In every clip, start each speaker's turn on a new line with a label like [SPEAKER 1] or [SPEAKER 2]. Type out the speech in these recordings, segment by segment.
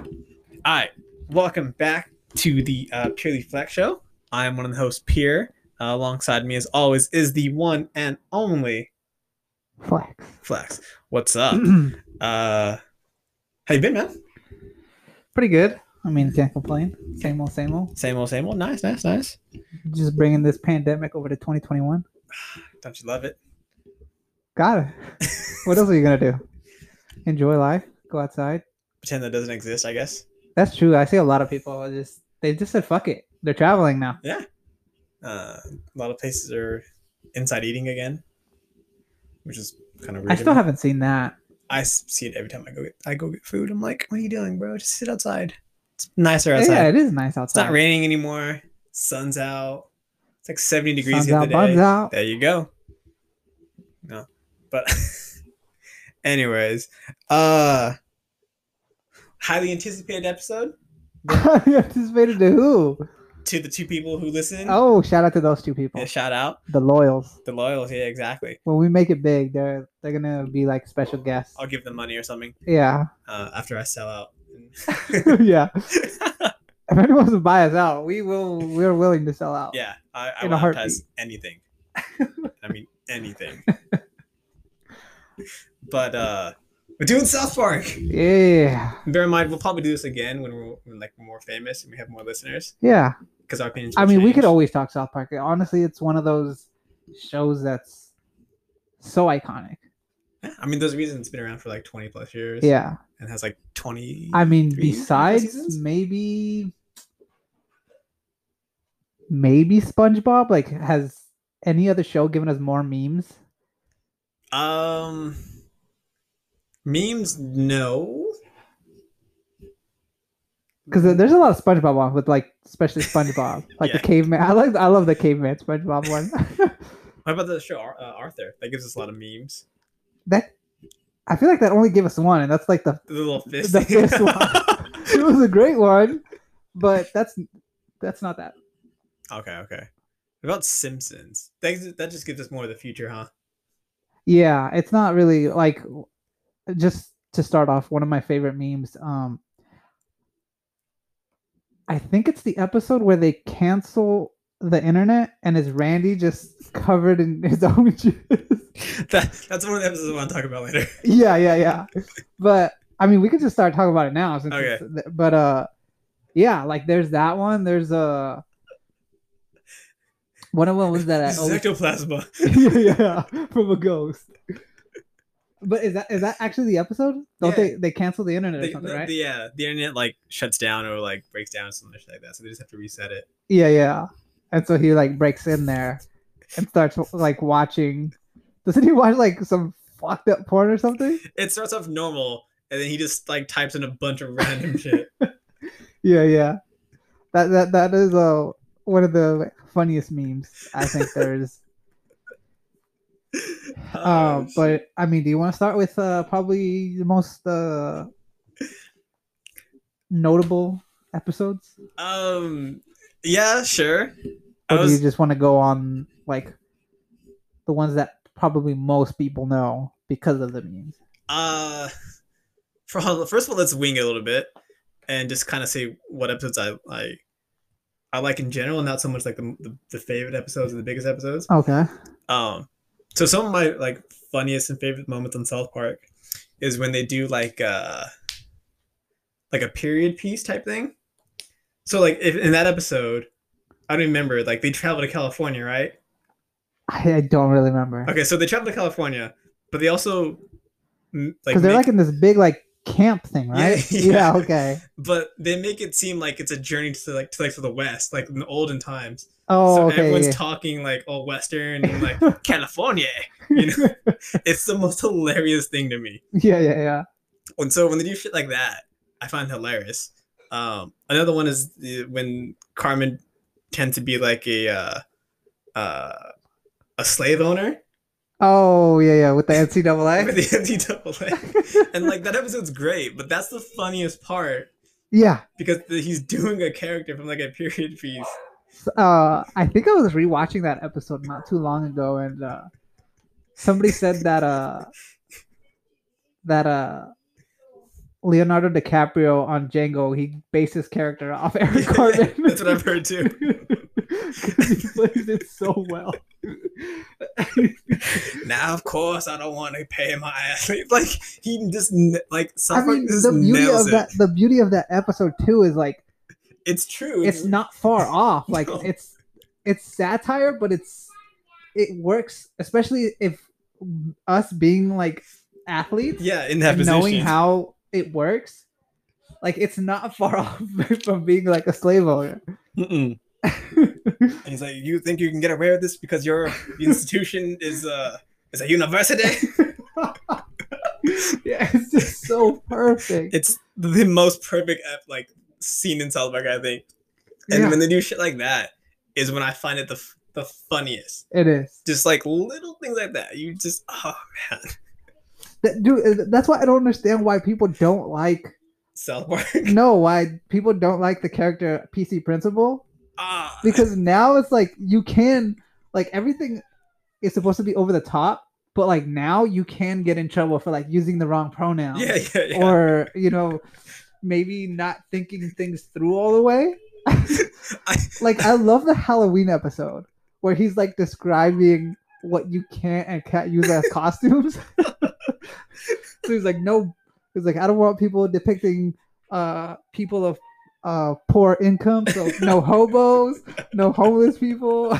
[SPEAKER 1] All right, welcome back to the uh, Purely Flex Show. I am one of the hosts, Pierre. Uh, alongside me, as always, is the one and only
[SPEAKER 2] Flex.
[SPEAKER 1] Flex. What's up? uh, how you been, man?
[SPEAKER 2] Pretty good. I mean, can't complain. Same old, same old.
[SPEAKER 1] Same old, same old. Nice, nice, nice.
[SPEAKER 2] Just bringing this pandemic over to 2021.
[SPEAKER 1] Don't you love it?
[SPEAKER 2] Got it. what else are you gonna do? Enjoy life. Go outside.
[SPEAKER 1] Pretend that doesn't exist, I guess.
[SPEAKER 2] That's true. I see a lot of people are just they just said fuck it. They're traveling now.
[SPEAKER 1] Uh, a lot of places are inside eating again, which is kind of weird.
[SPEAKER 2] I
[SPEAKER 1] to
[SPEAKER 2] still
[SPEAKER 1] me.
[SPEAKER 2] haven't seen that.
[SPEAKER 1] I s- see it every time I go get I go get food. I'm like, what are you doing, bro? Just sit outside. It's nicer outside.
[SPEAKER 2] Yeah, it is nice
[SPEAKER 1] It's
[SPEAKER 2] outside.
[SPEAKER 1] not raining anymore. Sun's out. It's like 70 degrees
[SPEAKER 2] Sun's
[SPEAKER 1] the
[SPEAKER 2] out,
[SPEAKER 1] other
[SPEAKER 2] buns
[SPEAKER 1] day.
[SPEAKER 2] out.
[SPEAKER 1] There you go. No. But anyways, uh highly anticipated episode
[SPEAKER 2] you anticipated to who?
[SPEAKER 1] to the two people who listen.
[SPEAKER 2] Oh, shout out to those two people,
[SPEAKER 1] Yeah, shout out
[SPEAKER 2] the loyals.
[SPEAKER 1] the loyals. Yeah, exactly.
[SPEAKER 2] When we make it big, they're they're gonna be like special guests.
[SPEAKER 1] I'll give them money or something
[SPEAKER 2] Yeah,
[SPEAKER 1] uh, after I sell out.
[SPEAKER 2] yeah. If anyone wants to buy us out, we will. We're willing to sell out.
[SPEAKER 1] yeah, I, I
[SPEAKER 2] In
[SPEAKER 1] will
[SPEAKER 2] a
[SPEAKER 1] advertise anything. I mean anything. but uh we're doing South Park.
[SPEAKER 2] Yeah.
[SPEAKER 1] Bear in mind, we'll probably do this again when we're when, like more famous and we have more listeners
[SPEAKER 2] Yeah.
[SPEAKER 1] because our opinions.
[SPEAKER 2] I
[SPEAKER 1] will
[SPEAKER 2] mean, we could
[SPEAKER 1] change.
[SPEAKER 2] always talk South Park. Honestly, it's one of those shows that's so iconic.
[SPEAKER 1] Yeah, I mean, those reasons it's been around for like twenty plus years.
[SPEAKER 2] Yeah.
[SPEAKER 1] and has like twenty.
[SPEAKER 2] I mean,
[SPEAKER 1] Three
[SPEAKER 2] besides
[SPEAKER 1] seasons?
[SPEAKER 2] maybe maybe SpongeBob, like has any other show given us more memes?
[SPEAKER 1] um, memes, no.
[SPEAKER 2] Because there's a lot of SpongeBob ones with like, especially SpongeBob,
[SPEAKER 1] Mm-hmm.
[SPEAKER 2] like
[SPEAKER 1] Yeah.
[SPEAKER 2] the caveman. I like, I love the caveman SpongeBob one.
[SPEAKER 1] What about the show Ar- uh, Arthur? That gives us a lot of memes.
[SPEAKER 2] that I feel like that only gave us one, and that's like the
[SPEAKER 1] The little fist.
[SPEAKER 2] the
[SPEAKER 1] thing.
[SPEAKER 2] fifth one. it was a great one, but that's that's not that.
[SPEAKER 1] okay, okay. What about Simpsons? That gives- that just gives us more of the future, huh?
[SPEAKER 2] Yeah, it's not really like just to start off. One of my favorite memes. Um, I think it's the episode where they cancel the internet and is Randy just covered in his own juice.
[SPEAKER 1] That that's one of the episodes I want to talk about later.
[SPEAKER 2] yeah, yeah, yeah. But I mean, we could just start talking about it now. Since
[SPEAKER 1] Okay.
[SPEAKER 2] it's- but uh, yeah, like there's that one. There's a. One of them was that I
[SPEAKER 1] This is
[SPEAKER 2] always
[SPEAKER 1] ectoplasma.
[SPEAKER 2] yeah, from a ghost. But is that is that actually the episode? Don't
[SPEAKER 1] Yeah.
[SPEAKER 2] they they cancel the internet or
[SPEAKER 1] the,
[SPEAKER 2] something,
[SPEAKER 1] the-
[SPEAKER 2] right?
[SPEAKER 1] the- yeah, the internet like shuts down or like breaks down or something like that. So they just have to reset it.
[SPEAKER 2] yeah, yeah. And so he like breaks in there and starts like watching. Doesn't he watch like some fucked up porn or something?
[SPEAKER 1] It starts off normal, and then he just like types in a bunch of random shit.
[SPEAKER 2] Yeah, yeah. That that that is uh, one of the funniest memes I think there is.
[SPEAKER 1] Oh,
[SPEAKER 2] um,
[SPEAKER 1] shit.
[SPEAKER 2] but I mean, do you want to start with uh, probably the most uh, notable episodes?
[SPEAKER 1] um, yeah, sure. I
[SPEAKER 2] Or do you
[SPEAKER 1] was
[SPEAKER 2] just want to go on like the ones that probably most people know because of the memes?
[SPEAKER 1] uh, for first of all, let's wing it a little bit and just kind of say what episodes I I I like in general, not so much like the the, the favorite episodes or the biggest episodes.
[SPEAKER 2] Okay.
[SPEAKER 1] Um, so some of my like funniest and favorite moments on South Park is when they do like uh like a period piece type thing. So like if in that episode, I don't remember like they travel to California, right?
[SPEAKER 2] I, I don't really remember because
[SPEAKER 1] Okay, so they travel to California, but they also mm, like,
[SPEAKER 2] they're
[SPEAKER 1] make-
[SPEAKER 2] like in this big like camp thing,
[SPEAKER 1] Yeah,
[SPEAKER 2] right?
[SPEAKER 1] yeah.
[SPEAKER 2] okay.
[SPEAKER 1] but they make it seem like it's a journey to like to like to the west, like in the olden times.
[SPEAKER 2] Oh,
[SPEAKER 1] so
[SPEAKER 2] okay.
[SPEAKER 1] everyone's
[SPEAKER 2] yeah.
[SPEAKER 1] talking like all western and like California. You know, it's the most hilarious thing to me.
[SPEAKER 2] yeah, yeah, yeah.
[SPEAKER 1] And so when they do shit like that, I find hilarious. Um, another one is the, when Carmen tends to be like a uh, uh, a slave owner
[SPEAKER 2] Oh, yeah, yeah. With the
[SPEAKER 1] with
[SPEAKER 2] NCAA.
[SPEAKER 1] the NCAA, and like that episode's great, but that's the funniest part
[SPEAKER 2] yeah.
[SPEAKER 1] because the, he's doing a character from like a period piece.
[SPEAKER 2] uh, I think I was rewatching that episode not too long ago, and uh, somebody said that uh, that uh, Leonardo DiCaprio on Django, he based his character off Eric Corbin.
[SPEAKER 1] That's what I've heard too.
[SPEAKER 2] 'Cause he plays it so well.
[SPEAKER 1] now, of course, I don't want to pay my ass. Like he just n- like
[SPEAKER 2] I
[SPEAKER 1] South Park
[SPEAKER 2] mean,
[SPEAKER 1] just
[SPEAKER 2] the beauty
[SPEAKER 1] nails
[SPEAKER 2] of
[SPEAKER 1] it.
[SPEAKER 2] that the beauty of that episode too is like
[SPEAKER 1] It's true.
[SPEAKER 2] it's not far off. Like
[SPEAKER 1] Mm-hmm. No.
[SPEAKER 2] it's it's satire, but it's it works, especially if us being like athletes
[SPEAKER 1] yeah, in that
[SPEAKER 2] and
[SPEAKER 1] position.
[SPEAKER 2] knowing how it works. Like it's not far off from being like a slave owner.
[SPEAKER 1] Mm-mm. and he's like, "You think you can get away with this because your institution is uh is a university?
[SPEAKER 2] yeah, it's just so perfect.
[SPEAKER 1] It's the most perfect ep- like scene in South Park, I think. And
[SPEAKER 2] yeah,
[SPEAKER 1] when they do shit like that, is when I find it the f- the funniest.
[SPEAKER 2] it is.
[SPEAKER 1] Just like little things like that. You just oh man,
[SPEAKER 2] That, dude, uh, that's why I don't understand why people don't like
[SPEAKER 1] South Park.
[SPEAKER 2] no, why people don't like the character PC Principal
[SPEAKER 1] Ah,
[SPEAKER 2] because now it's like you can like everything is supposed to be over the top, but like now you can get in trouble for like using the wrong pronoun
[SPEAKER 1] yeah, yeah, yeah.
[SPEAKER 2] or you know maybe not thinking things through all the way. like I love the Halloween episode where he's like describing what you can't and can't use as costumes. so he's like, no, he's like, I don't want people depicting uh people of uh poor income, so no hobos, no homeless people.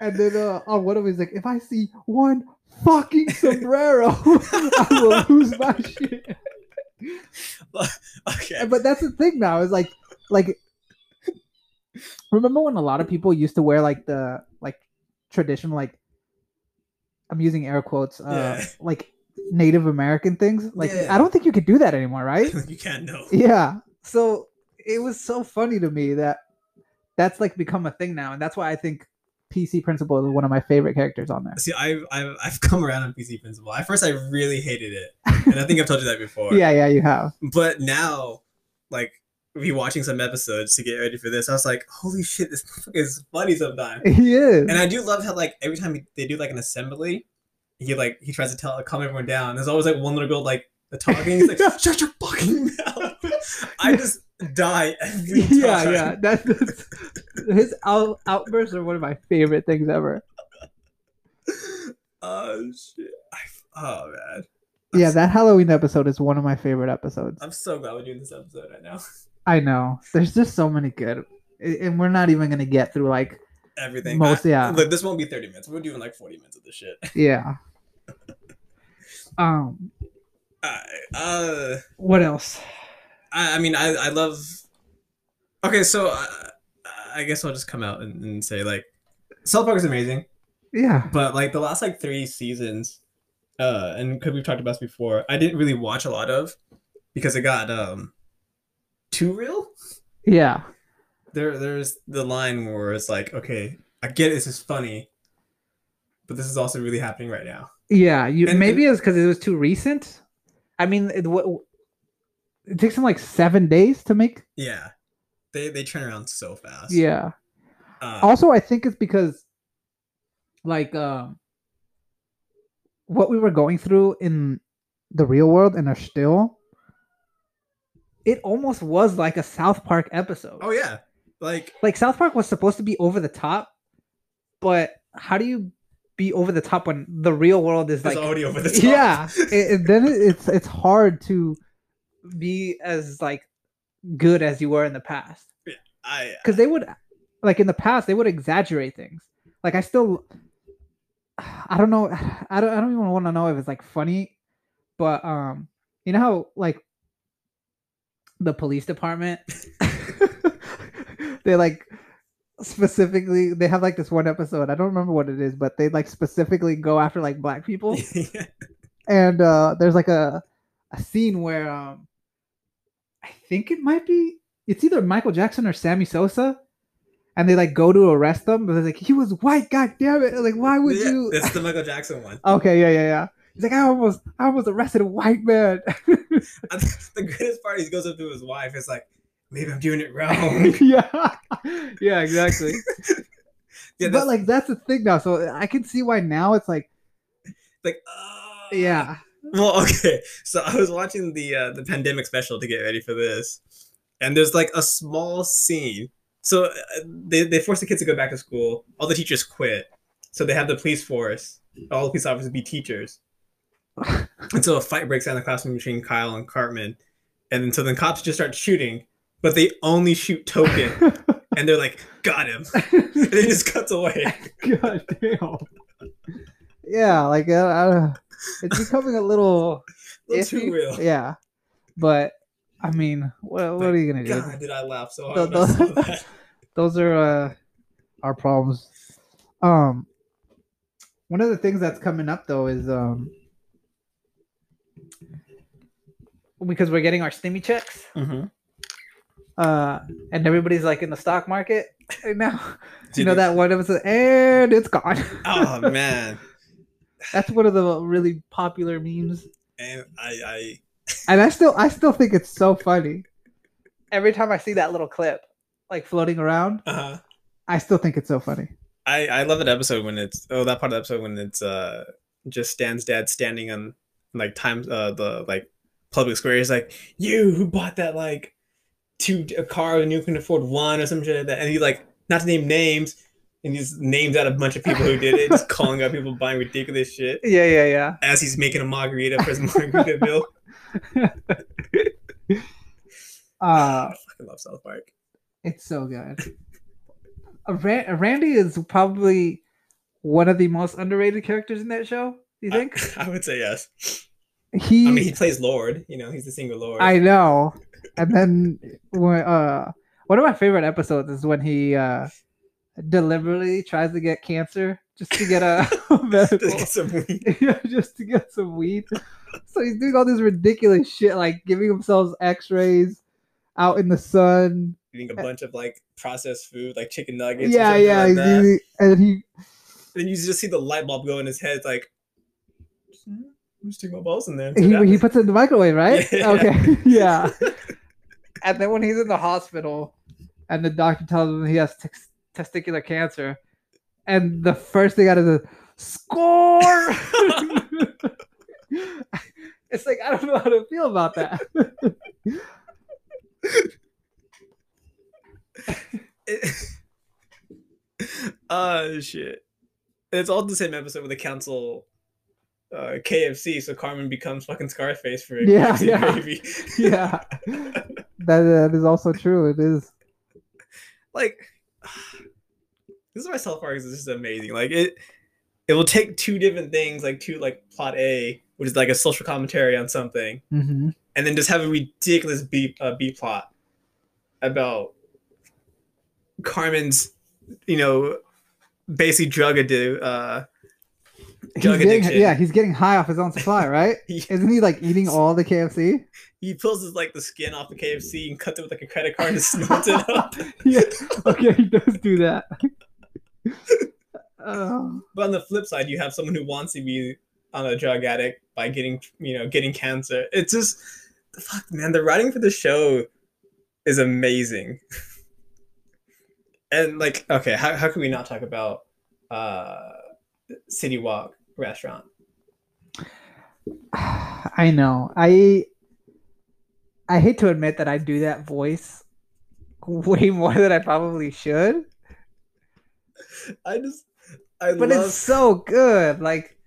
[SPEAKER 2] and then uh, on one of them, he's like, if I see one fucking sombrero, I will lose my shit
[SPEAKER 1] okay.
[SPEAKER 2] but that's the thing now is like like remember when a lot of people used to wear like the like traditional like i'm using air quotes uh
[SPEAKER 1] Yeah.
[SPEAKER 2] like native american things like
[SPEAKER 1] Yeah.
[SPEAKER 2] i don't think you could do that anymore right
[SPEAKER 1] you can't know.
[SPEAKER 2] yeah so it was so funny to me that that's like become a thing now and that's why i think pc principal is one of my favorite characters on there
[SPEAKER 1] See, I've, I've I've come around on PC Principle. At first, I really hated it, and I think I've told you that before.
[SPEAKER 2] yeah yeah you have
[SPEAKER 1] But now, like rewatching some episodes to get ready for this, I was like, holy shit, this motherfucker is funny sometimes.
[SPEAKER 2] he is
[SPEAKER 1] And I do love how like every time they do like an assembly, he like he tries to tell calm everyone down. There's always like one little girl like the talking. He's like, shut your fucking mouth. I just die every time.
[SPEAKER 2] yeah yeah that's, that's his out, outbursts are one of my favorite things ever
[SPEAKER 1] Oh shit. I, oh man. I'm
[SPEAKER 2] Yeah,
[SPEAKER 1] s-
[SPEAKER 2] that Halloween episode is one of my favorite episodes.
[SPEAKER 1] I'm so glad we're doing this episode right now.
[SPEAKER 2] I know. There's just so many good, a- and we're not even gonna get through like
[SPEAKER 1] Everything.
[SPEAKER 2] Most-
[SPEAKER 1] I-
[SPEAKER 2] yeah.
[SPEAKER 1] Look, this won't be 30 minutes. We're doing like 40 minutes of this shit.
[SPEAKER 2] yeah. um,
[SPEAKER 1] Alright. Uh.
[SPEAKER 2] what else?
[SPEAKER 1] I, I mean, I, I love. Okay, so uh, I guess I'll just come out and, and say like, South Park is amazing,
[SPEAKER 2] Yeah,
[SPEAKER 1] but like the last like three seasons, uh, and could we've talked about this before? I didn't really watch a lot of because it got um too real.
[SPEAKER 2] yeah,
[SPEAKER 1] There, there's the line where it's like, okay, I get it, this is funny, but this is also really happening right now.
[SPEAKER 2] yeah. You
[SPEAKER 1] And-
[SPEAKER 2] maybe it's because it was too recent. I mean, it, what, it takes them like seven days to make.
[SPEAKER 1] Yeah, they they turn around so fast.
[SPEAKER 2] Yeah.
[SPEAKER 1] Uh,
[SPEAKER 2] Also, I think it's because, like, um, what we were going through in the real world and are still, it almost was like a South Park episode.
[SPEAKER 1] oh yeah, like
[SPEAKER 2] Like South Park was supposed to be over the top, but how do you be over the top when the real world is
[SPEAKER 1] it's
[SPEAKER 2] like,
[SPEAKER 1] already over the top.
[SPEAKER 2] yeah? It, it- then it, it's it's hard to be as like good as you were in the past
[SPEAKER 1] I
[SPEAKER 2] because they would like in the past they would exaggerate things like i still i don't know i don't, I don't even want to know if it's like funny but um you know how like the police department they like specifically they have like this one episode i don't remember what it is but they like specifically go after like black people and uh there's like a a scene where um I think it might be it's either Michael Jackson or Sammy Sosa and they like go to arrest them but they're like he was white god damn it like why would
[SPEAKER 1] Yeah,
[SPEAKER 2] you
[SPEAKER 1] That's the Michael Jackson one.
[SPEAKER 2] Okay yeah yeah yeah He's like I almost I almost arrested a white man
[SPEAKER 1] I think the greatest part is he goes up to his wife. It's like, maybe I'm doing it wrong.
[SPEAKER 2] yeah yeah exactly
[SPEAKER 1] Yeah,
[SPEAKER 2] but
[SPEAKER 1] that's like,
[SPEAKER 2] like that's the thing now so I can see why now it's like
[SPEAKER 1] like, oh,
[SPEAKER 2] yeah
[SPEAKER 1] Well, okay. So I was watching the uh, the pandemic special to get ready for this, and there's like a small scene. So uh, they they force the kids to go back to school. All the teachers quit, so they have the police force. All the police officers be teachers, and so a fight breaks out in the classroom between Kyle and Cartman, and then so then cops just start shooting, but they only shoot Token, and they're like, "Got him!" and it just cuts away.
[SPEAKER 2] God damn. Yeah, like uh, I don't know. it's becoming a little
[SPEAKER 1] Little too
[SPEAKER 2] iffy.
[SPEAKER 1] real.
[SPEAKER 2] yeah, but I mean, what, what are you gonna do?
[SPEAKER 1] God, did I laugh so
[SPEAKER 2] The-
[SPEAKER 1] hard? when I saw
[SPEAKER 2] the-
[SPEAKER 1] that.
[SPEAKER 2] those are uh, our problems. Um, one of the things that's coming up though is um, because we're getting our stimmy checks,
[SPEAKER 1] Mm-hmm.
[SPEAKER 2] uh, and everybody's like in the stock market right now. you know that one episode, and it's gone.
[SPEAKER 1] oh man,
[SPEAKER 2] that's one of the really popular memes,
[SPEAKER 1] and I, I
[SPEAKER 2] and I still, I still think it's so funny. Every time I see that little clip, like floating around,
[SPEAKER 1] uh
[SPEAKER 2] I still think it's so funny.
[SPEAKER 1] I I love that episode when it's oh that part of the episode when it's uh just Stan's dad standing on like times uh the like public square. He's like, "You who bought that like two a car and you can afford one or some shit like that," and he like not to name names. And he just names out a bunch of people who did it, just calling out people buying ridiculous shit
[SPEAKER 2] Yeah, yeah, yeah.
[SPEAKER 1] as he's making a margarita for his margarita bill.
[SPEAKER 2] Uh,
[SPEAKER 1] I fucking love South Park.
[SPEAKER 2] It's so good. Uh, Ran- Randy is probably one of the most underrated characters in that show. You
[SPEAKER 1] I-
[SPEAKER 2] think
[SPEAKER 1] I, would say yes.
[SPEAKER 2] he?
[SPEAKER 1] I mean, he plays Lord. You know, he's the single Lord.
[SPEAKER 2] I know. And then when, uh, one of my favorite episodes is when he uh, deliberately tries to get cancer just to get a medical,
[SPEAKER 1] Just get some weed.
[SPEAKER 2] Yeah, just to get some weed. So he's doing all this ridiculous shit, like giving himself X-rays out in the sun.
[SPEAKER 1] eating a bunch of like processed food, like chicken nuggets.
[SPEAKER 2] Yeah,
[SPEAKER 1] and
[SPEAKER 2] yeah.
[SPEAKER 1] yeah. Like
[SPEAKER 2] he's
[SPEAKER 1] that.
[SPEAKER 2] easy- and he
[SPEAKER 1] Then you just see the light bulb go in his head, like, "Hmm, I'm just taking my balls in there. and see
[SPEAKER 2] he,
[SPEAKER 1] what
[SPEAKER 2] he
[SPEAKER 1] happens."
[SPEAKER 2] puts it in the microwave, right?
[SPEAKER 1] Yeah.
[SPEAKER 2] Okay, yeah. and then when he's in the hospital, and the doctor tells him he has tex testicular cancer, and the first thing out of the score, it's like I don't know how to feel about that.
[SPEAKER 1] uh, shit. It's all the same episode with the council. Uh, KFC, so Carmen becomes fucking Scarface for
[SPEAKER 2] Yeah,
[SPEAKER 1] KFC
[SPEAKER 2] yeah.
[SPEAKER 1] gravy.
[SPEAKER 2] yeah, that that is also true. It is.
[SPEAKER 1] like this is why South Park is just amazing. Like it, it will take two different things, like two like plot A, which is like a social commentary on something,
[SPEAKER 2] Mhm.
[SPEAKER 1] and then just have a ridiculous B uh, B plot about Carmen's, you know, basically drug addi- uh
[SPEAKER 2] He's
[SPEAKER 1] Drug
[SPEAKER 2] getting,
[SPEAKER 1] addiction.
[SPEAKER 2] yeah, he's getting high off his own supply, right?
[SPEAKER 1] he,
[SPEAKER 2] Isn't he like eating all the KFC?
[SPEAKER 1] he pulls his like the skin off the KFC and cuts it with like a credit card and snorts it up.
[SPEAKER 2] yeah. Okay, he does do that. um,
[SPEAKER 1] But on the flip side, you have someone who wants to be on a drug addict by getting, you know, getting cancer. It's just, fuck, man, the writing for the show is amazing. and like, okay, how, how can we not talk about uh, City Walk restaurant?
[SPEAKER 2] I know. I I hate to admit that I do that voice way more than I probably should,
[SPEAKER 1] I just, I
[SPEAKER 2] but
[SPEAKER 1] love.
[SPEAKER 2] it's so good. Like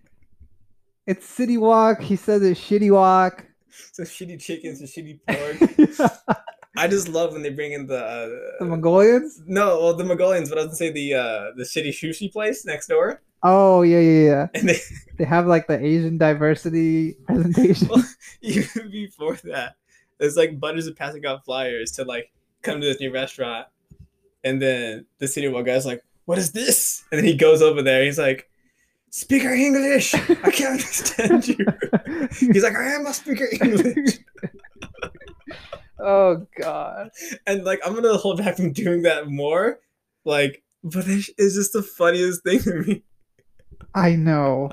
[SPEAKER 2] it's City Walk. He says it's Shitty Walk.
[SPEAKER 1] Some shitty chickens and shitty pork.
[SPEAKER 2] the
[SPEAKER 1] I just love when they bring in the uh,
[SPEAKER 2] Mongolians.
[SPEAKER 1] no, well, the Mongolians, but I was gonna say the uh, the shitty sushi place next door,
[SPEAKER 2] Oh yeah, yeah, yeah.
[SPEAKER 1] and they
[SPEAKER 2] They have like the Asian diversity presentation.
[SPEAKER 1] Well, even before that, it's like Butters is passing out flyers to like come to this new restaurant, and then the city wall guy's like, "What is this?" And then he goes over there. He's like, "Speak our English. I can't understand you." He's like, "I am a speaker English,"
[SPEAKER 2] oh god.
[SPEAKER 1] and like I'm gonna hold back from doing that more, like. But it's it's just the funniest thing to me.
[SPEAKER 2] I know.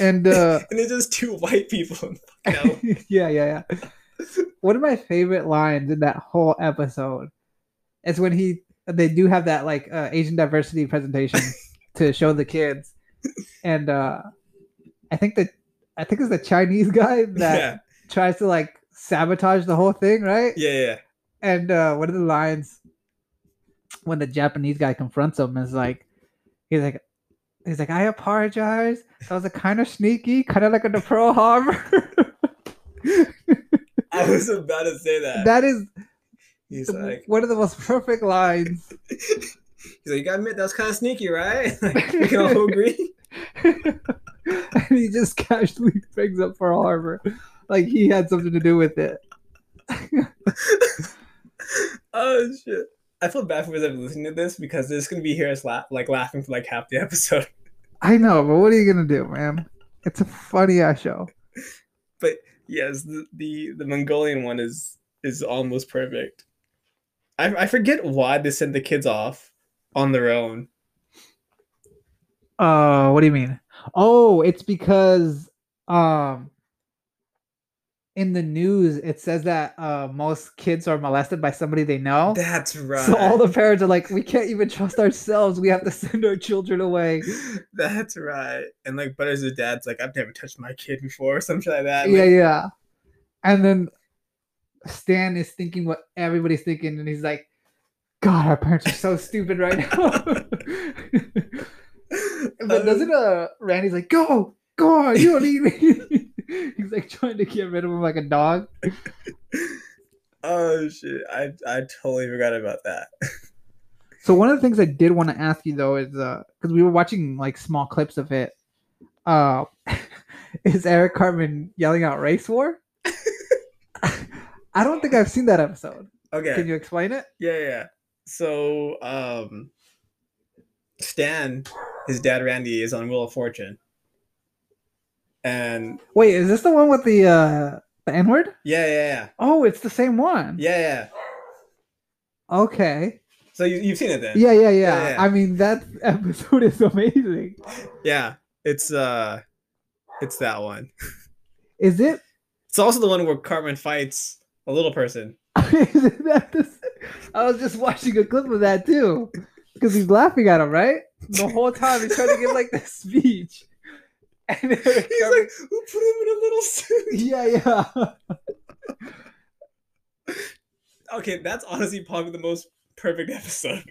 [SPEAKER 2] And uh
[SPEAKER 1] And it's just two white people. No.
[SPEAKER 2] yeah, yeah, yeah. One of my favorite lines in that whole episode is when he they do have that like uh, Asian diversity presentation to show the kids, and uh I think that I think it's the Chinese guy that
[SPEAKER 1] yeah,
[SPEAKER 2] tries to like sabotage the whole thing, right?
[SPEAKER 1] yeah, yeah.
[SPEAKER 2] And uh, one of the lines when the Japanese guy confronts him is like, he's like, he's like, I apologize. That was a kind of sneaky, kind of like in the Pearl Harbor.
[SPEAKER 1] I was about to say that.
[SPEAKER 2] that is
[SPEAKER 1] he's
[SPEAKER 2] the-
[SPEAKER 1] like,
[SPEAKER 2] one of the most perfect lines.
[SPEAKER 1] he's like, you gotta admit that was kind of sneaky, right? Like, we can all agree.
[SPEAKER 2] and he just casually brings up Pearl Harbor, like he had something to do with it.
[SPEAKER 1] Oh shit! I feel bad for whoever's listening to this because this is gonna be here as la- like laughing for like half the episode.
[SPEAKER 2] I know, but what are you gonna do, man? It's a funny ass show.
[SPEAKER 1] Yes, the, the the Mongolian one is is almost perfect. I I forget why they sent the kids off on their own.
[SPEAKER 2] Uh, what do you mean? Oh, it's because um, in the news it says that uh most kids are molested by somebody they know.
[SPEAKER 1] That's right.
[SPEAKER 2] So all the parents are like, we can't even trust ourselves. We have to send our children away.
[SPEAKER 1] That's right. And like Butters' dad's like, I've never touched my kid before or something like that.
[SPEAKER 2] yeah,
[SPEAKER 1] Like,
[SPEAKER 2] yeah. And then Stan is thinking what everybody's thinking, and he's like, "God, our parents are so stupid right now." but doesn't uh, Randy's like, "Go, go, on, you don't need me." he's like trying to get rid of him like a dog.
[SPEAKER 1] Oh shit. I I totally forgot about that.
[SPEAKER 2] So one of the things I did want to ask you though is because we were watching like small clips of it. Uh, is Eric Cartman yelling out race war? I don't think I've seen that episode.
[SPEAKER 1] Okay.
[SPEAKER 2] Can you explain it?
[SPEAKER 1] Yeah, yeah. So, um, Stan, his dad Randy, is on Wheel of Fortune, and
[SPEAKER 2] Wait, is this the one with the uh the N word?
[SPEAKER 1] yeah, yeah,
[SPEAKER 2] Oh, it's the same one.
[SPEAKER 1] yeah, yeah, yeah.
[SPEAKER 2] Okay.
[SPEAKER 1] So you, you've seen it then?
[SPEAKER 2] Yeah, yeah, yeah,
[SPEAKER 1] Yeah, yeah.
[SPEAKER 2] I mean, that episode is amazing.
[SPEAKER 1] yeah. It's uh, it's that one.
[SPEAKER 2] Is it?
[SPEAKER 1] It's also the one where Cartman fights a little person.
[SPEAKER 2] Is it that the s- I was just watching a clip of that too, because he's laughing at him, right? The whole time he's trying to give like this speech, and
[SPEAKER 1] He's
[SPEAKER 2] Eric Cartman-
[SPEAKER 1] like, who put him in a little suit?
[SPEAKER 2] yeah, yeah.
[SPEAKER 1] Okay, that's honestly probably the most perfect episode.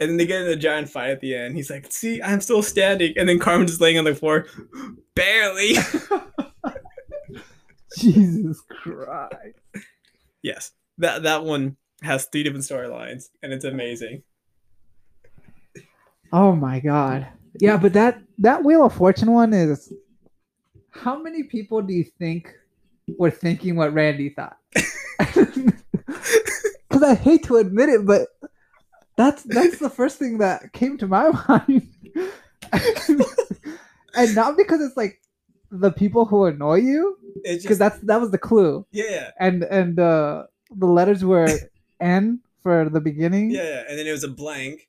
[SPEAKER 1] And then they get in a giant fight at the end. He's like, "See, I'm still standing." And then Carmen's just laying on the floor, barely.
[SPEAKER 2] Jesus Christ.
[SPEAKER 1] yes, that that one has three different storylines, and it's amazing.
[SPEAKER 2] Oh my god. Yeah, but that that Wheel of Fortune one is how many people do you think were thinking what Randy thought? Cuz I hate to admit it, but that's that's the first thing that came to my mind. and not because it's like the people who annoy you
[SPEAKER 1] It's just
[SPEAKER 2] cuz that's that was the clue.
[SPEAKER 1] yeah,
[SPEAKER 2] And and uh the letters were N for the beginning.
[SPEAKER 1] yeah, yeah. And then it was a blank.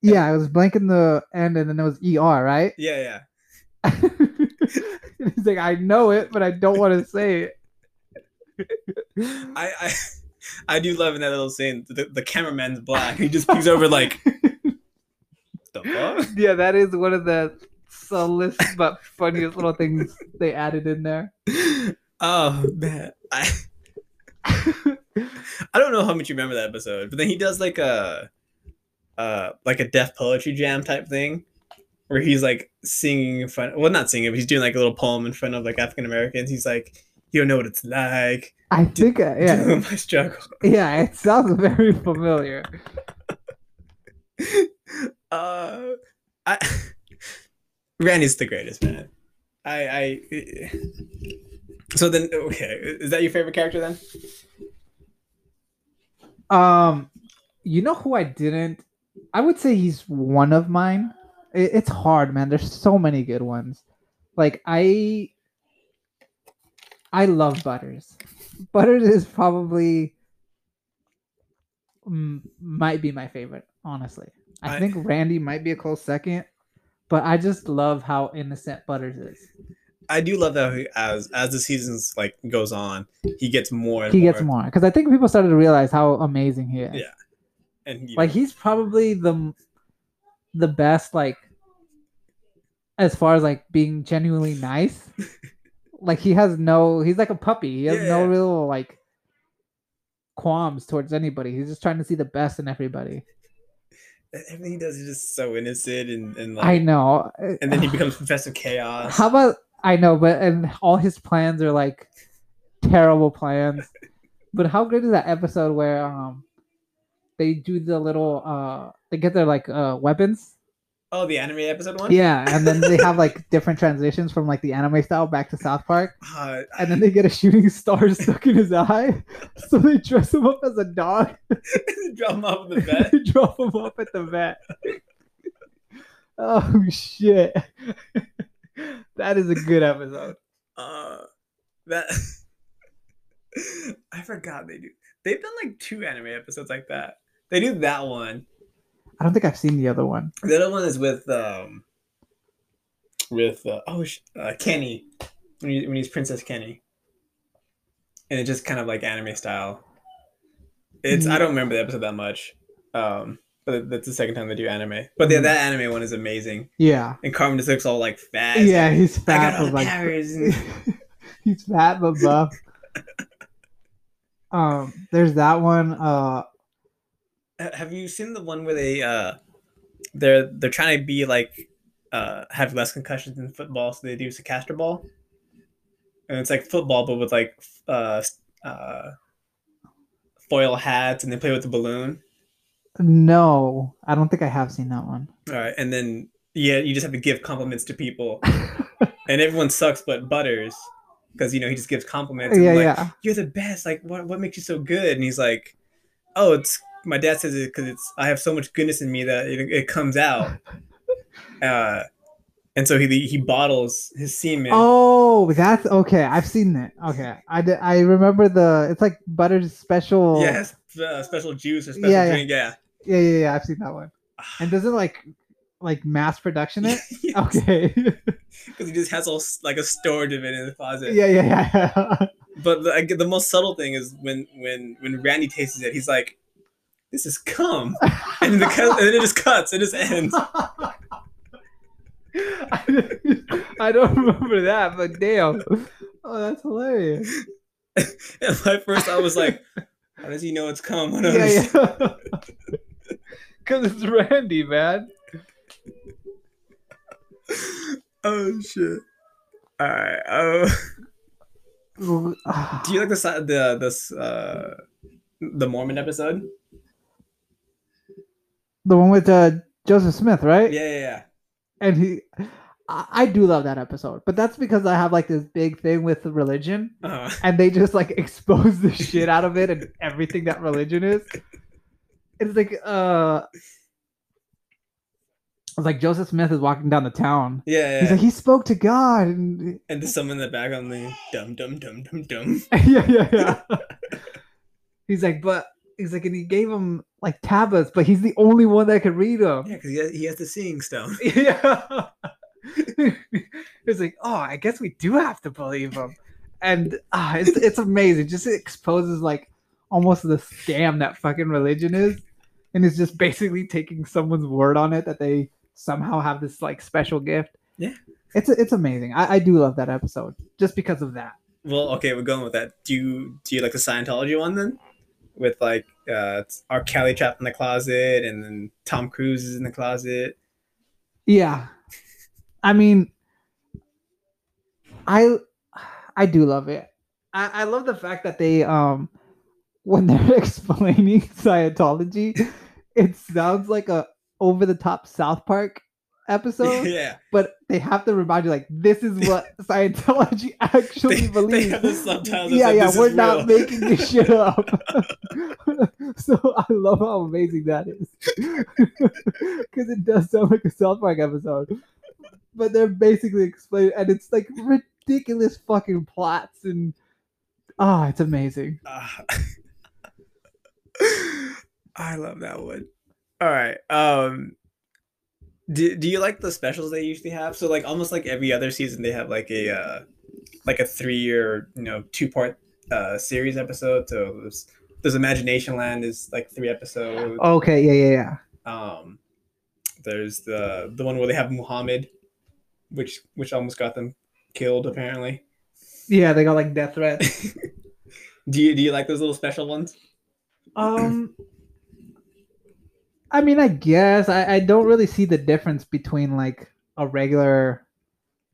[SPEAKER 2] Yeah, it was blank in the end and then it was ER, right?
[SPEAKER 1] Yeah, yeah.
[SPEAKER 2] And he's like, I know it, but I don't want to say it.
[SPEAKER 1] I I, I do love in that little scene. The, the cameraman's black. He just peeks over like, the fuck?
[SPEAKER 2] yeah, that is one of the subtlest but funniest little things they added in there.
[SPEAKER 1] Oh man, I. I don't know how much you remember that episode, but then he does like a, uh, like a deaf poetry jam type thing, where he's like singing in front. Well, not singing, but he's doing like a little poem in front of like African Americans. He's like, "You don't know what it's like,
[SPEAKER 2] I think, uh, yeah,
[SPEAKER 1] my struggle."
[SPEAKER 2] yeah, it sounds very familiar.
[SPEAKER 1] Uh, I, Randy's the greatest man. I, I. So then, okay, is that your favorite character then?
[SPEAKER 2] Um, you know who I didn't? I would say he's one of mine. It, it's hard, man. There's so many good ones. Like I, I love Butters. Butters is probably mm, might be my favorite, honestly. I,
[SPEAKER 1] I-
[SPEAKER 2] think Randy might be a close second, but I just love how innocent Butters is.
[SPEAKER 1] I do love that he- as as the seasons like goes on, he gets more and
[SPEAKER 2] He
[SPEAKER 1] more.
[SPEAKER 2] gets more because I think people started to realize how amazing he is.
[SPEAKER 1] Yeah. and he-
[SPEAKER 2] like he's probably the the best like as far as like being genuinely nice. like he has no he's like a puppy. He has no
[SPEAKER 1] Yeah.
[SPEAKER 2] real like qualms towards anybody. He's just trying to see the best in everybody.
[SPEAKER 1] Everything he does is just so innocent and, and like
[SPEAKER 2] I know.
[SPEAKER 1] and then he becomes Professor Chaos.
[SPEAKER 2] How about I know, but and all his plans are like terrible plans. but how great is that episode where um they do the little uh they get their like uh weapons?
[SPEAKER 1] oh, the anime episode one?
[SPEAKER 2] Yeah, and then they have like different transitions from like the anime style back to South Park,
[SPEAKER 1] Uh,
[SPEAKER 2] and then they get a shooting star stuck in his eye, so they dress him up as a dog
[SPEAKER 1] drop him off in the
[SPEAKER 2] and
[SPEAKER 1] vet.
[SPEAKER 2] they drop him up at the vet. oh shit. that is a good episode.
[SPEAKER 1] Uh, that I forgot they do. They've done like two anime episodes like that. They do that one.
[SPEAKER 2] I don't think I've seen the other one.
[SPEAKER 1] The other one is with um with uh, oh sh- uh, Kenny when, he, when he's Princess Kenny, and it's just kind of like anime style. It's
[SPEAKER 2] Mm-hmm.
[SPEAKER 1] I don't remember the episode that much, um, but that's the second time they do anime. But yeah,
[SPEAKER 2] Mhm.
[SPEAKER 1] that anime one is amazing.
[SPEAKER 2] Yeah.
[SPEAKER 1] And Carmen just looks all like fat.
[SPEAKER 2] Yeah, he's
[SPEAKER 1] I
[SPEAKER 2] fat
[SPEAKER 1] got all
[SPEAKER 2] but
[SPEAKER 1] the
[SPEAKER 2] like
[SPEAKER 1] powers. And-
[SPEAKER 2] he's fat but buff. um there's that one. Uh
[SPEAKER 1] Ha- Have you seen the one where they uh they're they're trying to be like uh have less concussions in football so they do a caster ball? And it's like football but with like f- uh s- uh foil hats and they play with the balloon.
[SPEAKER 2] no, I don't think I have seen that one.
[SPEAKER 1] All right, and then yeah, you just have to give compliments to people. and everyone sucks but Butters because you know he just gives compliments and
[SPEAKER 2] yeah,
[SPEAKER 1] like
[SPEAKER 2] yeah.
[SPEAKER 1] you're the best. Like, what, what makes you so good? And he's like, oh, it's my dad says it because it's I have so much goodness in me that it, it comes out. uh, and so he he bottles his semen.
[SPEAKER 2] Oh, that's okay. I've seen it. Okay, I did, I remember the. It's like Butter's special.
[SPEAKER 1] yes, uh, special juice or special
[SPEAKER 2] Yeah, yeah.
[SPEAKER 1] drink. Yeah.
[SPEAKER 2] Yeah, yeah, yeah. I've seen that one. And doesn't like like mass production it. Okay.
[SPEAKER 1] Because he just has all s- like a storage of it in the closet.
[SPEAKER 2] yeah, yeah, yeah.
[SPEAKER 1] But the, like, the most subtle thing is when when when Randy tastes it, he's like, "This is cum," and then, the, cu- and then it just cuts. It just ends.
[SPEAKER 2] I don't- I don't remember that, but damn. Oh, that's hilarious.
[SPEAKER 1] And at first, I was like, "How does he know it's cum?" When I
[SPEAKER 2] Yeah,
[SPEAKER 1] was-
[SPEAKER 2] yeah. Because it's Randy, man.
[SPEAKER 1] oh shit! All right. Oh, do you like the si- the this uh the Mormon episode?
[SPEAKER 2] The one with uh, Joseph Smith,
[SPEAKER 1] Yeah,
[SPEAKER 2] right?
[SPEAKER 1] yeah, yeah.
[SPEAKER 2] and he I, I do love that episode but that's because i have like this big thing with religion
[SPEAKER 1] Uh,
[SPEAKER 2] and they just like expose the shit out of it and everything that religion is it's like uh it's like joseph smith is walking down the town
[SPEAKER 1] yeah,
[SPEAKER 2] he's
[SPEAKER 1] yeah.
[SPEAKER 2] like he spoke to god and
[SPEAKER 1] and there's someone in the background, like dum dum dum dum dum.
[SPEAKER 2] yeah yeah yeah he's like but he's like and he gave him like tablets but he's the only one that could read them
[SPEAKER 1] Yeah, because he has, he has the seeing stone.
[SPEAKER 2] yeah. it's like, oh, I guess we do have to believe him. And ah, it's, it's amazing. Just it exposes like almost the scam that fucking religion is. And it's just basically taking someone's word on it that they somehow have this like special gift.
[SPEAKER 1] Yeah.
[SPEAKER 2] It's it's amazing. I, I do love that episode just because of that.
[SPEAKER 1] Well, okay, we're going with that. Do you do you like the Scientology one then? With like uh, it's R. Kelly trapped in the closet, and then Tom Cruise is in the closet.
[SPEAKER 2] Yeah. I mean I I do love it. I, I love the fact that they um when they're explaining Scientology, it sounds like a over the top South Park episode,
[SPEAKER 1] yeah,
[SPEAKER 2] but they have to remind you like this is what Scientology actually
[SPEAKER 1] they,
[SPEAKER 2] believes.
[SPEAKER 1] they have the subtitles. that
[SPEAKER 2] yeah,
[SPEAKER 1] say,
[SPEAKER 2] yeah,
[SPEAKER 1] "This is
[SPEAKER 2] we're not
[SPEAKER 1] real."
[SPEAKER 2] making this shit up. so I love how amazing that is. Because it does sound like a South Park episode. But they're basically explaining, and it's like ridiculous fucking plots, and ah, it's amazing.
[SPEAKER 1] Ah. I love that one. All right. Um do, do you like the specials they usually have? So like almost like every other season they have like a uh like a 3 or you know two part uh series episode. So there's, there's Imagination Land is like three
[SPEAKER 2] Oh.
[SPEAKER 1] episodes.
[SPEAKER 2] Okay, yeah, yeah, yeah.
[SPEAKER 1] Um there's the the one where they have Muhammad which which almost got them killed apparently.
[SPEAKER 2] Yeah, they got like death threats.
[SPEAKER 1] Do you do you like those little special ones?
[SPEAKER 2] Um, I mean, I guess I, I don't really see the difference between like a regular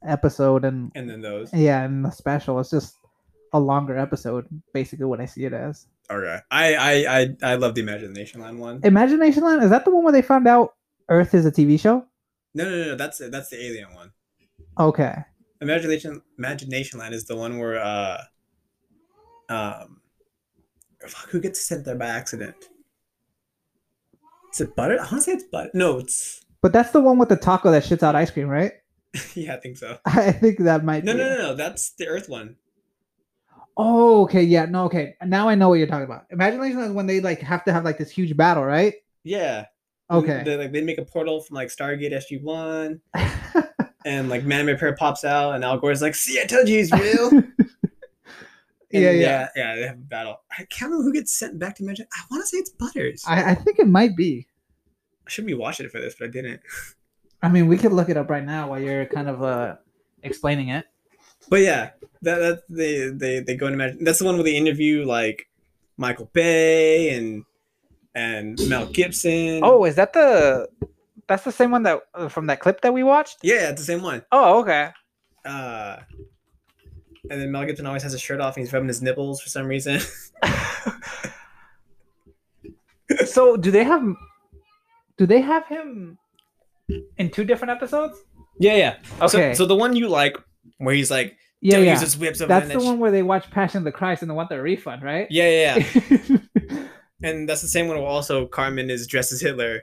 [SPEAKER 2] episode and
[SPEAKER 1] And then those.
[SPEAKER 2] yeah, and the special. It's just a longer episode, basically what I see it as.
[SPEAKER 1] Okay. I I I, I love the Imagination Line one.
[SPEAKER 2] Imagination Land is that the one where they found out Earth is a TV show?
[SPEAKER 1] No no no, no that's that's the alien one.
[SPEAKER 2] Okay,
[SPEAKER 1] Imagination Imagination Land is the one where uh um fuck who gets sent there by accident? Is it butter? I want to say it's butter. No, it's
[SPEAKER 2] but that's the one with the taco that shits out ice cream, right?
[SPEAKER 1] yeah, I think so.
[SPEAKER 2] I think that might
[SPEAKER 1] No
[SPEAKER 2] be
[SPEAKER 1] no
[SPEAKER 2] it.
[SPEAKER 1] no no, that's the Earth one.
[SPEAKER 2] Oh, okay, yeah, no, okay. Now I know what you're talking about. Imagination is when they like have to have like this huge battle, right?
[SPEAKER 1] Yeah. And
[SPEAKER 2] Okay.
[SPEAKER 1] They like they make a portal from like Stargate SG One, and like Man Repair pops out, and Al Gore's like, "See, I told you he's real." And,
[SPEAKER 2] yeah, yeah.
[SPEAKER 1] yeah, uh, yeah. They have a battle. I can't remember who gets sent back to Magic. I want to say it's Butters. I,
[SPEAKER 2] I, I think it might be.
[SPEAKER 1] should be watching it for this, but I didn't.
[SPEAKER 2] I mean, we could look it up right now while you're kind of uh explaining it.
[SPEAKER 1] But yeah, that, that they they they go into Magic. That's the one where they interview like Michael Bay and and Mel Gibson.
[SPEAKER 2] Oh, is that the? That's the same one that uh, from that clip that we watched.
[SPEAKER 1] yeah, it's the same one.
[SPEAKER 2] Oh, okay.
[SPEAKER 1] Uh, and then Mel Gibson always has his shirt off, and he's rubbing his nipples for some reason.
[SPEAKER 2] so do they have? Do they have him in two different episodes?
[SPEAKER 1] yeah, yeah. So-
[SPEAKER 2] Okay.
[SPEAKER 1] So, the one you like, where he's like,
[SPEAKER 2] yeah,
[SPEAKER 1] don't
[SPEAKER 2] yeah.
[SPEAKER 1] use his whips over
[SPEAKER 2] That's
[SPEAKER 1] there,"
[SPEAKER 2] the
[SPEAKER 1] and
[SPEAKER 2] one where they watch Passion of the Christ and they want their refund, right?
[SPEAKER 1] sh- Yeah, yeah, yeah.
[SPEAKER 2] Yeah.
[SPEAKER 1] and that's the same one where also Carmen is dressed as Hitler,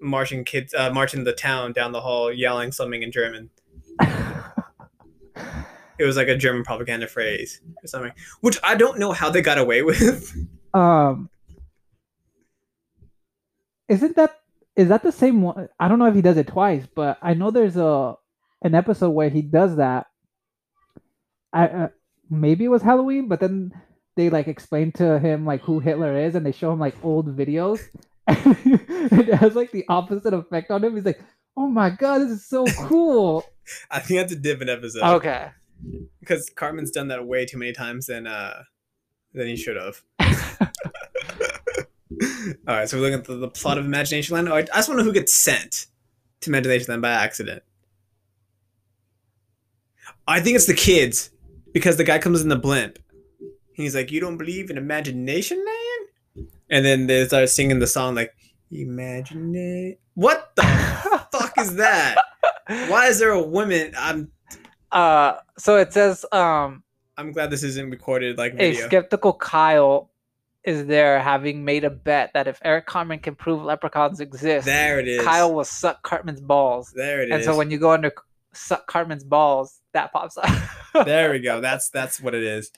[SPEAKER 1] marching kids, uh, marching the town down the hall, yelling something in German. It was like a German propaganda phrase or something, which I don't know how they got away with.
[SPEAKER 2] um isn't that is that the same one i don't know if he does it twice but i know there's a an episode where he does that i uh, maybe it was halloween but then they like explain to him like who hitler is and they show him like old videos and it has like the opposite effect on him he's like oh my god this is so cool
[SPEAKER 1] I think that's a different episode
[SPEAKER 2] okay
[SPEAKER 1] because Carmen's done that way too many times than uh than he should have. All right, so we're looking at the, the plot of Imagination Land. All right, I just want to know who gets sent to Imagination Land by accident. I think it's the kids because the guy comes in the blimp. He's like, "You don't believe in Imagination Land?" And then they start singing the song like, "Imaginate." What the fuck is that? Why is there a woman? I'm
[SPEAKER 2] uh so it says um
[SPEAKER 1] I'm glad this isn't recorded like
[SPEAKER 3] a
[SPEAKER 1] video.
[SPEAKER 3] skeptical Kyle is there having made a bet that if Eric Cartman can prove leprechauns exist,
[SPEAKER 1] There it is.
[SPEAKER 3] Kyle will suck Cartman's balls.
[SPEAKER 1] There it is.
[SPEAKER 3] and so when you go under suck Cartman's balls, that pops up.
[SPEAKER 1] there we go. That's that's what it is.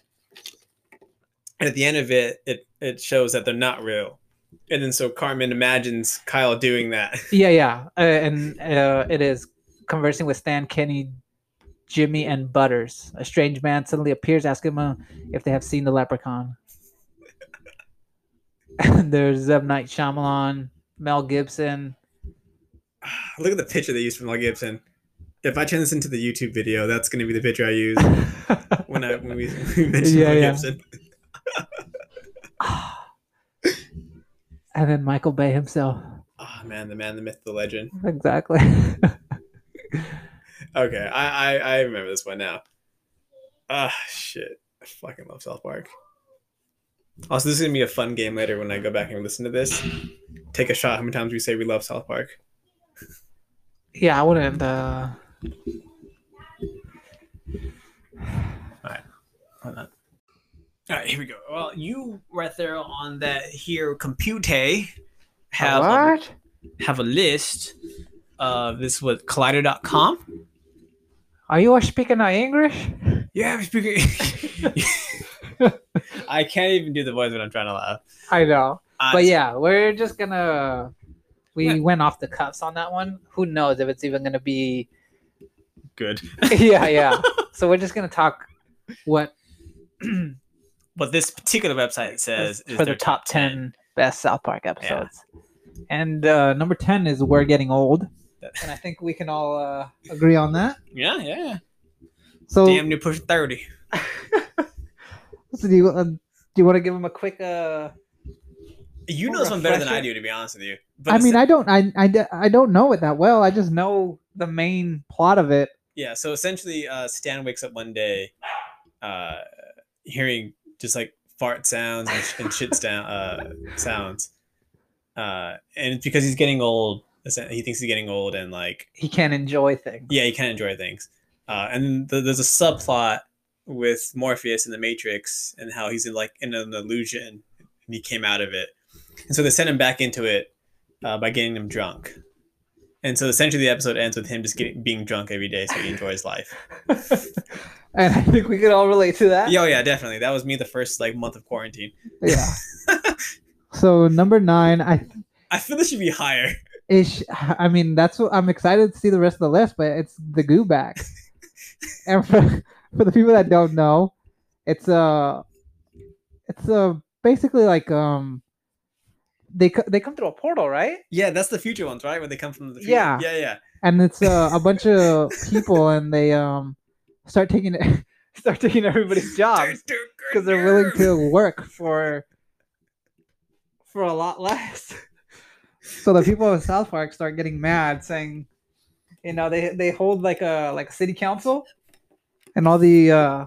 [SPEAKER 1] And at the end of it, it it shows that they're not real. And then so Carmen imagines Kyle doing that.
[SPEAKER 3] yeah, yeah. Uh, and uh, it is conversing with Stan Kenny, Jimmy, and Butters. A strange man suddenly appears asking them if they have seen the leprechaun. There's Zeb Knight Shyamalan, Mel Gibson.
[SPEAKER 1] Look at the picture they used from Mel Gibson. If I turn this into the YouTube video, that's going to be the picture I use when I when we, we mention
[SPEAKER 2] Yeah,
[SPEAKER 1] Mel
[SPEAKER 2] yeah.
[SPEAKER 1] Gibson.
[SPEAKER 3] and then Michael Bay himself.
[SPEAKER 1] Ah man, the man, the myth, the legend.
[SPEAKER 3] Exactly.
[SPEAKER 1] Okay, I I, I remember this one now. Ah shit, I fucking love South Park. Also, this is gonna be a fun game later when I go back and listen to this. Take a shot. How many times we say we love South Park?
[SPEAKER 3] yeah, I wouldn't. Uh...
[SPEAKER 1] All right, here we go. Well, you right there on that here compute have a,
[SPEAKER 3] What?
[SPEAKER 1] have a list of this with collider.com.
[SPEAKER 3] Are you all speaking uh, English?
[SPEAKER 1] Yeah, speaking. I can't even do the voice when I'm trying to laugh.
[SPEAKER 3] I know,
[SPEAKER 1] I-
[SPEAKER 3] but yeah, we're just gonna. We
[SPEAKER 1] Yeah.
[SPEAKER 3] went off the cuffs on that one. Who knows if it's even gonna be?
[SPEAKER 1] good.
[SPEAKER 3] yeah, yeah. so we're just gonna talk what
[SPEAKER 1] What this particular website says is
[SPEAKER 3] for
[SPEAKER 1] their
[SPEAKER 3] the top ten best South Park episodes, and uh, number ten is "We're Getting Old." and I think we can all uh,
[SPEAKER 2] Agree on that.
[SPEAKER 1] Yeah, yeah.
[SPEAKER 2] So,
[SPEAKER 1] Damn new push thirty.
[SPEAKER 2] so do you, uh, do you
[SPEAKER 3] want
[SPEAKER 2] want
[SPEAKER 3] to give him a quick. Uh,
[SPEAKER 1] You
[SPEAKER 3] Or
[SPEAKER 1] know this one better than I
[SPEAKER 3] refresher.
[SPEAKER 1] do, to be honest with you.
[SPEAKER 2] to?
[SPEAKER 1] But
[SPEAKER 2] I
[SPEAKER 1] the
[SPEAKER 2] mean,
[SPEAKER 1] se-
[SPEAKER 2] I don't, I, I, d- I don't know it that well. I just know the main plot of it.
[SPEAKER 1] yeah. So essentially, uh, Stan wakes up one day, uh, hearing just like fart sounds and, sh- and shit sound, uh, sounds, uh, and it's because he's getting old. essen- He thinks he's getting old, and like
[SPEAKER 3] he can't enjoy things.
[SPEAKER 1] yeah, you can enjoy things. Uh, and th- there's a subplot with Morpheus in the Matrix and how he's in like in an illusion and he came out of it. And so they sent him back into it uh, by getting him drunk. And so essentially the episode ends with him just getting, being drunk every day so he enjoys life.
[SPEAKER 3] and I think we could all relate to that.
[SPEAKER 1] Yeah, oh yeah, definitely. That was me the first like month of quarantine.
[SPEAKER 2] Yeah. so number nine, I
[SPEAKER 1] I feel this should be higher.
[SPEAKER 2] ish. I mean, that's what I'm excited to see the rest of the list, but it's the goo bag. and for, for the people that don't know, it's a, it's a basically like um,
[SPEAKER 3] They co- they come through a portal, right?
[SPEAKER 1] Yeah, that's the future ones, right? When they come from the future.
[SPEAKER 3] Yeah.
[SPEAKER 1] Yeah, yeah.
[SPEAKER 2] and it's
[SPEAKER 3] uh,
[SPEAKER 2] a, a bunch of people, and they um start taking
[SPEAKER 3] Start taking everybody's jobs because Um, they're willing to work for for a lot less. So the people of South Park start getting mad, saying, you know, they they hold like a like a city council, and all the uh,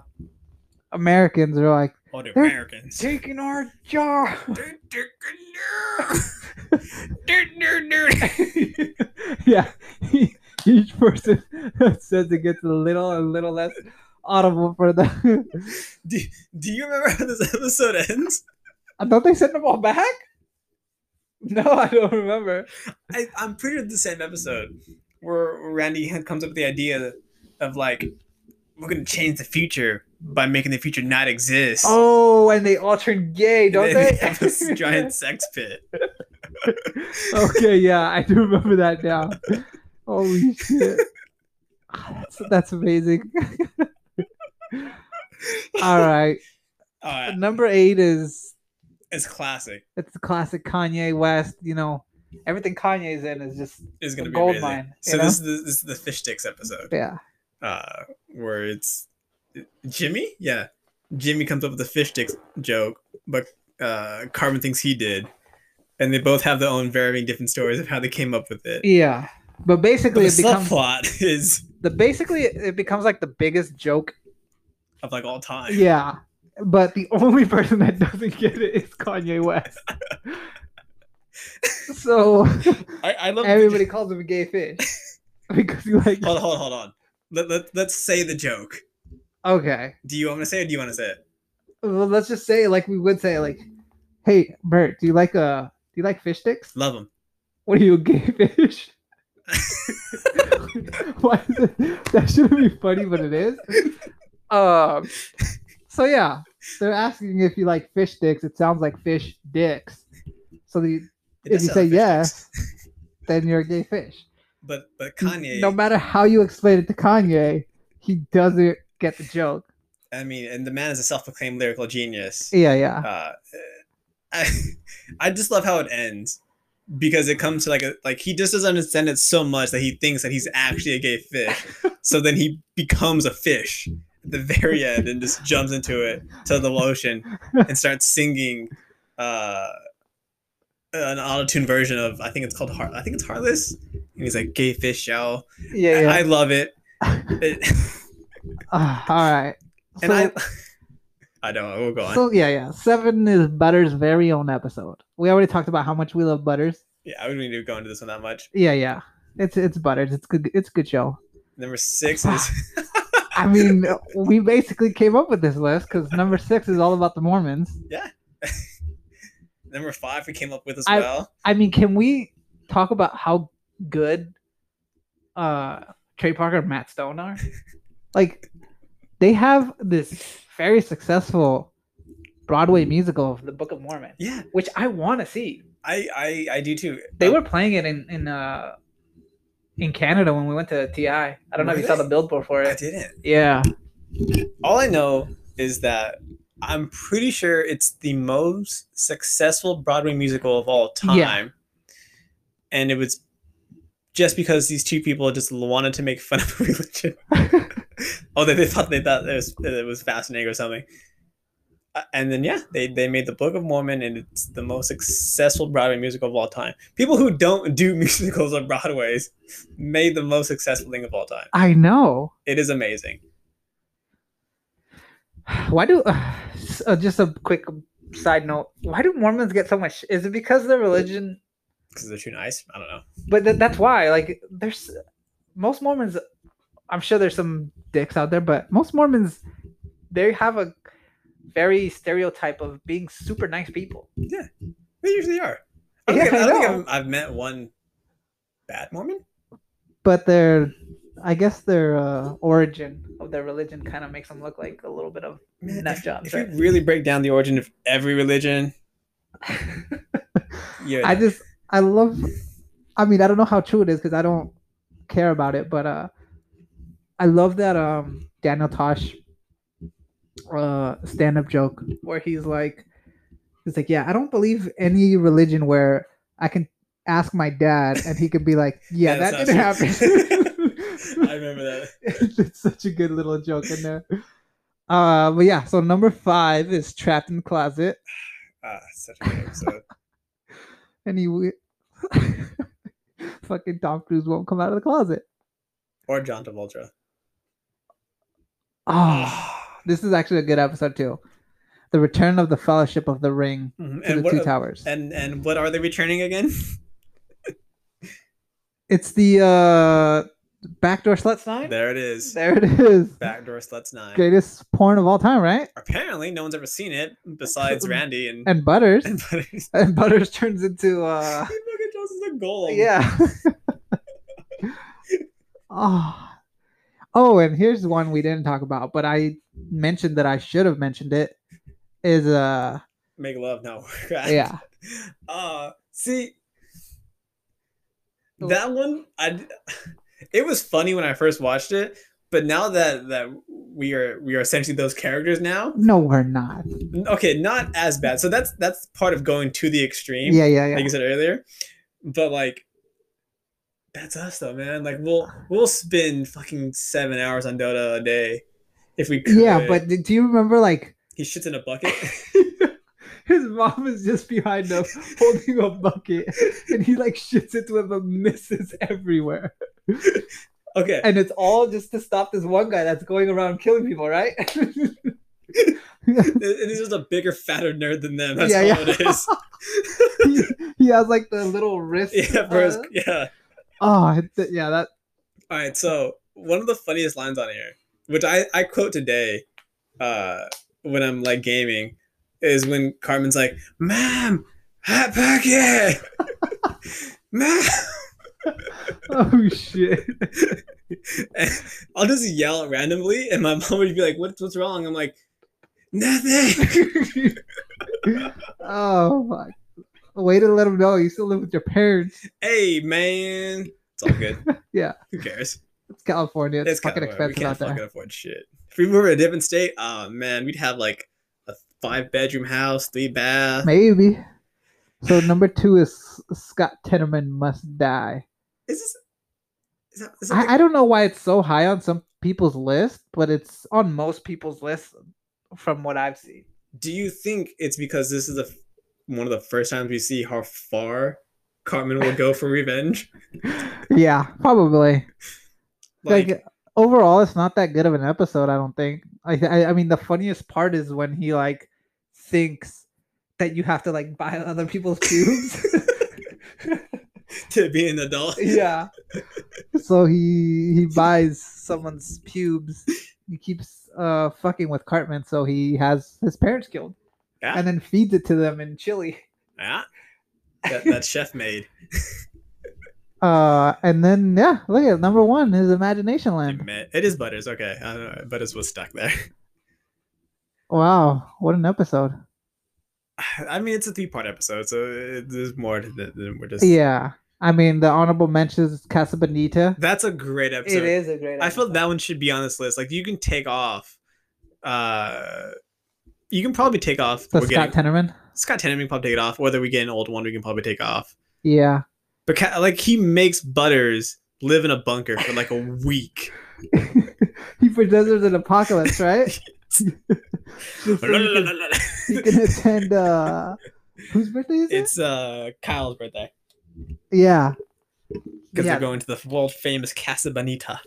[SPEAKER 2] Americans are like,
[SPEAKER 1] All the
[SPEAKER 2] They're-
[SPEAKER 1] Americans.
[SPEAKER 3] taking our job.
[SPEAKER 2] yeah, each person says it gets a little and little less audible for the.
[SPEAKER 1] do, do you remember how this episode ends?
[SPEAKER 2] I thought they said
[SPEAKER 3] Send them all back? No, I don't remember.
[SPEAKER 1] I, I'm pretty sure it's the same episode where Randy had- comes up with the idea of like, we're gonna change the future by making the future not exist.
[SPEAKER 3] Oh, and they all turn gay,
[SPEAKER 1] And
[SPEAKER 3] don't
[SPEAKER 1] then
[SPEAKER 3] they?
[SPEAKER 1] have this giant sex pit.
[SPEAKER 2] okay, yeah, I do remember that now. Holy shit. Ah, That's, that's amazing. All right.
[SPEAKER 1] Uh,
[SPEAKER 2] Number eight is
[SPEAKER 1] it's classic.
[SPEAKER 2] it's the classic Kanye West, you know.
[SPEAKER 3] Everything Kanye's in is just
[SPEAKER 1] It's gonna
[SPEAKER 3] a
[SPEAKER 1] be
[SPEAKER 3] gold
[SPEAKER 1] amazing.
[SPEAKER 3] mine.
[SPEAKER 1] So
[SPEAKER 3] you know?
[SPEAKER 1] this is the, this is the fish sticks episode,
[SPEAKER 2] Yeah.
[SPEAKER 1] uh, where it's Jimmy. Yeah, Jimmy comes up with the fish sticks joke, but uh, Carmen thinks he did, and they both have their own varying different stories of how they came up with it.
[SPEAKER 2] Yeah. But basically,
[SPEAKER 1] But the
[SPEAKER 2] it becomes
[SPEAKER 1] subplot is
[SPEAKER 2] the basically it becomes like the biggest joke.
[SPEAKER 1] of like all time.
[SPEAKER 2] Yeah, but the only person that doesn't get it is Kanye West. so
[SPEAKER 1] I, I love
[SPEAKER 2] everybody calls him a gay fish because he like
[SPEAKER 1] Hold on, hold on, hold on. Let, let, let's say the joke.
[SPEAKER 2] okay.
[SPEAKER 1] Do you want me to say it? Or do you want to say it?
[SPEAKER 2] Well, let's just say like we would say like, hey Bert, do you like uh do you like fish sticks?
[SPEAKER 1] Love him.
[SPEAKER 2] What are you a gay fish? Why is it, that shouldn't be funny, but it is. Um, so yeah, they're asking if you like fish sticks. It sounds like fish dicks. So the, if you say yes, then you're a gay fish.
[SPEAKER 1] but but Kanye.
[SPEAKER 2] No matter how you explain it to Kanye, he doesn't get the joke.
[SPEAKER 1] I mean, and the man is a self-proclaimed lyrical genius.
[SPEAKER 2] Yeah, yeah,
[SPEAKER 1] Uh, I, I just love how it ends because it comes to like a like he just doesn't understand it so much that he thinks that he's actually a gay fish. so then he becomes a fish at the very end and just jumps into it to the ocean and starts singing uh, an auto-tune version of I think it's called Heart. I think it's Heartless. And he's like gay fish, y'all.
[SPEAKER 3] yeah, yeah.
[SPEAKER 1] I love it. It-
[SPEAKER 2] Ah, all right.
[SPEAKER 1] and
[SPEAKER 2] so,
[SPEAKER 1] I, I don't. know, We'll go on.
[SPEAKER 2] so yeah, yeah. Seven is Butters' very own episode. We already talked about how much we love Butters.
[SPEAKER 1] yeah, I wouldn't need to go into this one that much.
[SPEAKER 2] Yeah, yeah. It's it's Butters. It's good. It's a good show.
[SPEAKER 1] Number six is
[SPEAKER 2] I mean, we basically came up with this list because number six is all about the Mormons.
[SPEAKER 1] number five. We came up with as
[SPEAKER 2] I-
[SPEAKER 1] well.
[SPEAKER 2] I mean, can we talk about how good uh Trey Parker and Matt Stone are? like they have this very successful Broadway musical of the Book of Mormon,
[SPEAKER 1] Yeah,
[SPEAKER 2] which I want to see.
[SPEAKER 1] I I I do too. Um,
[SPEAKER 3] They were playing it in in uh in Canada when we went to TI. I don't know if you saw
[SPEAKER 1] Really?
[SPEAKER 3] the billboard for
[SPEAKER 1] I
[SPEAKER 3] it.
[SPEAKER 1] didn't.
[SPEAKER 3] Yeah.
[SPEAKER 1] All I know is that I'm pretty sure it's the most successful Broadway musical of all time.
[SPEAKER 2] Yeah.
[SPEAKER 1] And it was just because these two people just wanted to make fun of religion. Although they thought they thought it was, it was fascinating or something. Uh, And then yeah, they, they made the Book of Mormon, and it's the most successful Broadway musical of all time. People who don't do musicals on Broadway's made the most successful thing of all time.
[SPEAKER 2] I know.
[SPEAKER 1] It is amazing.
[SPEAKER 2] Why do uh, s- uh, just a quick side note? Why do Mormons get so much? Is it because of their religion?
[SPEAKER 1] Because they're too nice. I don't know.
[SPEAKER 2] But th- that's why. Like, there's most Mormons. I'm sure there's some dicks out there, but most Mormons they have a very stereotype of being super nice people.
[SPEAKER 1] They usually are. I don't
[SPEAKER 2] Yeah,
[SPEAKER 1] think, I
[SPEAKER 2] I
[SPEAKER 1] don't think
[SPEAKER 2] know.
[SPEAKER 1] I've, I've met one bad Mormon.
[SPEAKER 2] But their, I guess their uh, origin of their religion kind of makes them look like a little bit of
[SPEAKER 1] Man,
[SPEAKER 2] nut
[SPEAKER 1] if-
[SPEAKER 2] jobs.
[SPEAKER 1] If you
[SPEAKER 2] right?
[SPEAKER 1] really break down the origin of every religion, yeah,
[SPEAKER 2] I just I love I mean I don't know how true it is because I don't care about it, but uh I love that um Daniel Tosh uh stand up joke where he's like he's like, Yeah, I don't believe any religion where I can ask my dad and he could be like,
[SPEAKER 1] Yeah,
[SPEAKER 2] Yeah, that
[SPEAKER 1] that's
[SPEAKER 2] didn't
[SPEAKER 1] not
[SPEAKER 2] happen.
[SPEAKER 1] I remember that.
[SPEAKER 2] it's such a good little joke in there. Uh but yeah, so number five is trapped in the closet.
[SPEAKER 1] Ah, such a good episode.
[SPEAKER 2] and he w- fucking Tom Cruise won't come out of the closet.
[SPEAKER 1] or John Travolta.
[SPEAKER 2] Oh,
[SPEAKER 1] Ah.
[SPEAKER 2] this is actually a good episode too. The return of the Fellowship of the Ring
[SPEAKER 1] Mhm.
[SPEAKER 2] to
[SPEAKER 1] And
[SPEAKER 2] Mm-hmm. the Two
[SPEAKER 1] what,
[SPEAKER 2] Towers.
[SPEAKER 1] and and what are they returning again?
[SPEAKER 2] It's the uh, backdoor slut sign.
[SPEAKER 1] There it is.
[SPEAKER 2] There it is.
[SPEAKER 1] Backdoor sluts nine.
[SPEAKER 2] Greatest porn of all time, right?
[SPEAKER 1] Apparently, no one's ever seen it besides Randy and
[SPEAKER 2] And Butters.
[SPEAKER 1] and Butters.
[SPEAKER 2] And Butters turns into uh,
[SPEAKER 1] He fucking draws us a goal.
[SPEAKER 2] yeah. oh. oh, and here's one we didn't talk about, but I mentioned that I should have mentioned it. Is uh,
[SPEAKER 1] Make love, not work. Right?
[SPEAKER 2] yeah.
[SPEAKER 1] Uh see
[SPEAKER 2] The-
[SPEAKER 1] that one I d- it was funny when I first watched it, but now that that we are we are essentially those characters now.
[SPEAKER 2] No, we're not.
[SPEAKER 1] Okay, not as bad. So that's that's part of going to the extreme.
[SPEAKER 2] Yeah, yeah, yeah.
[SPEAKER 1] Like you said earlier. But like that's us though, man. Like we'll we'll spend fucking seven hours on Dota a day if we could.
[SPEAKER 2] Yeah, but d- do you remember like
[SPEAKER 1] he shits in a bucket.
[SPEAKER 2] his mom is just behind him holding a bucket and he like shits into it but misses everywhere.
[SPEAKER 1] Okay.
[SPEAKER 2] And it's all just to stop this one guy that's going around killing people, right?
[SPEAKER 1] And This is a bigger, fatter nerd than them. That's
[SPEAKER 2] Yeah,
[SPEAKER 1] all
[SPEAKER 2] yeah.
[SPEAKER 1] it is.
[SPEAKER 2] he, he has like the little wrist.
[SPEAKER 1] Yeah, bro. it's-
[SPEAKER 2] uh,
[SPEAKER 1] yeah.
[SPEAKER 2] oh, it's- yeah, that
[SPEAKER 1] All right, so one of the funniest lines on here, which I, I quote today uh, when I'm like gaming, is when Carmen's like, Ma'am, hot pocket! Ma'am!
[SPEAKER 2] oh shit.
[SPEAKER 1] And I'll just yell randomly, and my mom would be like, What's, what's wrong? I'm like, Nothing!
[SPEAKER 2] oh my way to let him know you still live with your parents.
[SPEAKER 1] hey, man! It's all good.
[SPEAKER 2] Yeah.
[SPEAKER 1] Who cares?
[SPEAKER 2] It's California. It's, fucking
[SPEAKER 1] California.
[SPEAKER 2] expensive
[SPEAKER 1] We can't
[SPEAKER 2] out there.
[SPEAKER 1] fucking afford shit. If we were in a different state, oh man, we'd have like a five bedroom house, three baths.
[SPEAKER 2] Maybe. So number two is S- Scott Tenorman must die.
[SPEAKER 1] Is this? Is that, is that
[SPEAKER 2] I, I don't know why it's so high on some people's list, but it's on most people's list from what I've seen.
[SPEAKER 1] do you think it's because this is the f- one of the first times we see how far Cartman will go for revenge?
[SPEAKER 2] Yeah, probably.
[SPEAKER 1] Like,
[SPEAKER 2] Like, overall, it's not that good of an episode. I don't think. I, I I mean, the funniest part is when he like thinks that you have to like buy other people's pubes.
[SPEAKER 1] to be an adult.
[SPEAKER 2] yeah. So he he buys someone's pubes. He keeps uh fucking with Cartman, so he has his parents killed,
[SPEAKER 1] Yeah.
[SPEAKER 2] and then feeds it to them in Chile.
[SPEAKER 1] Yeah. Ah, That, that chef made
[SPEAKER 2] Uh, and then yeah, look at number one is Imagination Land.
[SPEAKER 1] Admit- it is butters okay I don't know. butters was stuck there
[SPEAKER 2] Wow, what an episode!
[SPEAKER 1] i mean it's a three-part episode so it, there's more to it than we're just
[SPEAKER 2] Yeah, I mean the honorable mentions is Casa Bonita.
[SPEAKER 1] that's a great episode
[SPEAKER 2] is a great.
[SPEAKER 1] I feel that one should be on this list. Like you can take off, uh, you can probably take off.
[SPEAKER 2] the
[SPEAKER 1] we're
[SPEAKER 2] Scott
[SPEAKER 1] getting,
[SPEAKER 2] Tenorman.
[SPEAKER 1] Scott Tenorman can probably take it off. Whether we get an old one, we can probably take off.
[SPEAKER 2] Yeah,
[SPEAKER 1] But Ca- like he makes Butters live in a bunker for like a week.
[SPEAKER 2] he preserves an apocalypse, right? Just so he, can, he can attend. Uh, whose birthday is it?
[SPEAKER 1] it's uh Kyle's birthday
[SPEAKER 2] Yeah,
[SPEAKER 1] because
[SPEAKER 2] yeah.
[SPEAKER 1] they're going to the world famous Casa Bonita.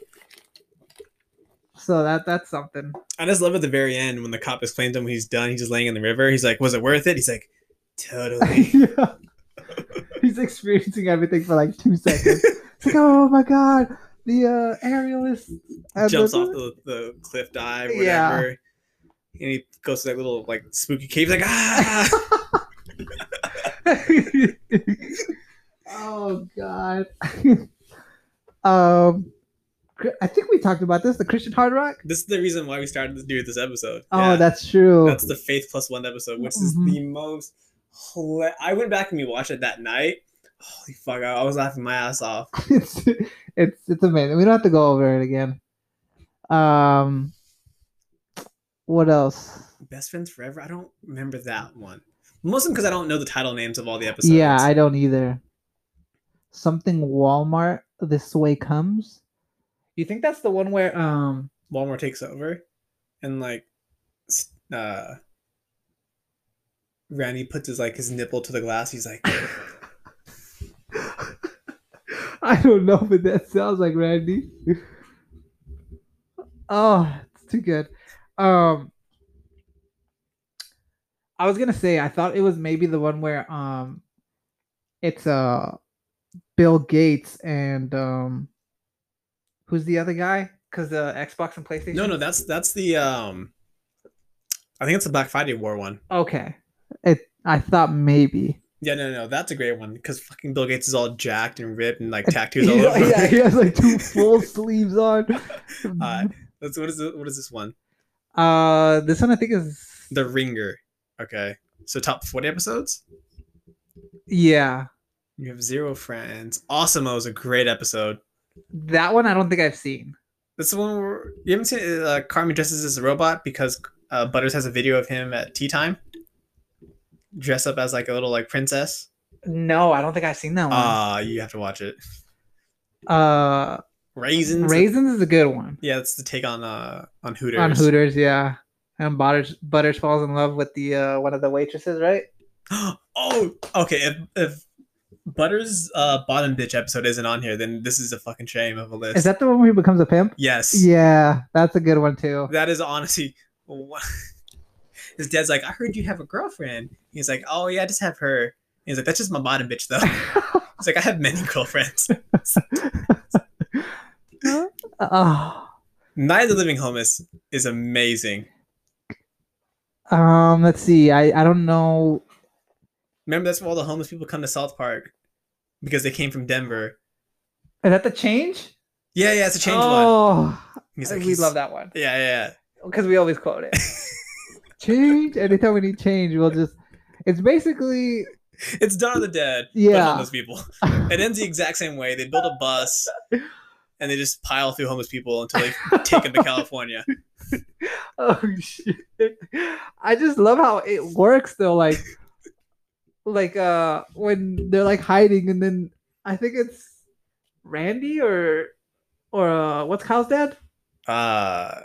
[SPEAKER 2] So that that's something.
[SPEAKER 1] I just love at the very end when the cop explains to him when he's done, he's just laying in the river. He's like, "Was it worth it?" He's like, "Totally."
[SPEAKER 2] yeah. He's experiencing everything for like two seconds. It's like, oh my god, the uh, aerial is and
[SPEAKER 1] Jumps
[SPEAKER 2] the-
[SPEAKER 1] off the, the cliff dive, whatever.
[SPEAKER 2] Yeah.
[SPEAKER 1] And he goes to that little like spooky cave. He's like, ah!
[SPEAKER 2] oh god. um, Cri- I think we talked about this. The Christian Hard Rock.
[SPEAKER 1] this is the reason why we started to do this episode.
[SPEAKER 2] Oh,
[SPEAKER 1] Yeah.
[SPEAKER 2] that's true.
[SPEAKER 1] That's the Faith Plus One episode, which is
[SPEAKER 2] Mhm.
[SPEAKER 1] the most. hila- I went back and we watched it that night. Holy fuck! I was laughing my ass off.
[SPEAKER 2] it's it's it's amazing. We don't have to go over it again. Um, what else?
[SPEAKER 1] Best friends forever. I don't remember that one. Mostly because I don't know the title names of all the episodes.
[SPEAKER 2] Yeah, I don't either. Something Walmart this way comes. You think that's the one where um
[SPEAKER 1] Walmart takes over, and like, s- uh, Randy puts his like his nipple to the glass. He's like,
[SPEAKER 2] I don't know, but that sounds like Randy. oh, it's too good. Um I was gonna say I thought it was maybe the one where um it's uh Bill Gates and um who's the other guy? Cause the Xbox and PlayStation.
[SPEAKER 1] no, no, that's that's the um, I think it's the Black Friday War one.
[SPEAKER 2] Okay. It I thought maybe.
[SPEAKER 1] Yeah, no, no, that's a great one because fucking Bill Gates is all jacked and ripped and like tattoos all
[SPEAKER 2] Yeah,
[SPEAKER 1] over.
[SPEAKER 2] yeah, he has like two full sleeves on.
[SPEAKER 1] Uh, That's what is it, what is this one?
[SPEAKER 2] Uh, this one I think is
[SPEAKER 1] The Ringer. Okay, so top forty episodes.
[SPEAKER 2] yeah.
[SPEAKER 1] You have zero friends. Awesome, was a great episode.
[SPEAKER 2] That one I don't think I've seen.
[SPEAKER 1] That's the one where you haven't seen uh, Carmen dresses as a robot because uh, Butters has a video of him at tea time, dressed up as like a little like princess.
[SPEAKER 2] No, I don't think I've seen that one.
[SPEAKER 1] Ah, you have to watch it.
[SPEAKER 2] Uh,
[SPEAKER 1] Raisins.
[SPEAKER 2] raisins is a good one
[SPEAKER 1] yeah, that's the take on uh on Hooters.
[SPEAKER 2] on Hooters, yeah. And Butters Butters falls in love with the uh, one of the waitresses, right?
[SPEAKER 1] oh, okay. If if Butters uh bottom bitch episode isn't on here, then this is a fucking shame of a list.
[SPEAKER 2] Is that the one where he becomes a pimp?
[SPEAKER 1] yes?
[SPEAKER 2] Yeah, that's a good one too.
[SPEAKER 1] That is honestly. What? His dad's like, I heard you have a girlfriend. He's like, Oh yeah, I just have her. he's like, That's just my bottom bitch though. He's like, I have many girlfriends.
[SPEAKER 2] Oh,
[SPEAKER 1] Night of the Living Homeless is amazing.
[SPEAKER 2] um, let's see. I I don't know.
[SPEAKER 1] Remember, that's where all the homeless people come to South Park because they came from Denver.
[SPEAKER 2] Is that the change?
[SPEAKER 1] Yeah, yeah, it's a change one.
[SPEAKER 2] oh,
[SPEAKER 1] He's
[SPEAKER 2] we
[SPEAKER 1] like,
[SPEAKER 2] love that one.
[SPEAKER 1] that. Yeah, yeah, yeah.
[SPEAKER 2] because we always quote it. change. Anytime we need change, we'll just. It's basically
[SPEAKER 1] It's Dawn of the Dead. but
[SPEAKER 2] Yeah.
[SPEAKER 1] homeless people. It ends the exact same way. They build a bus and they just pile through homeless people until they take them to California.
[SPEAKER 2] oh shit. I just love how it works though. Like, like uh, when they're like hiding, and then I think it's Randy or or uh, what's Kyle's dad?
[SPEAKER 1] Uh, ah,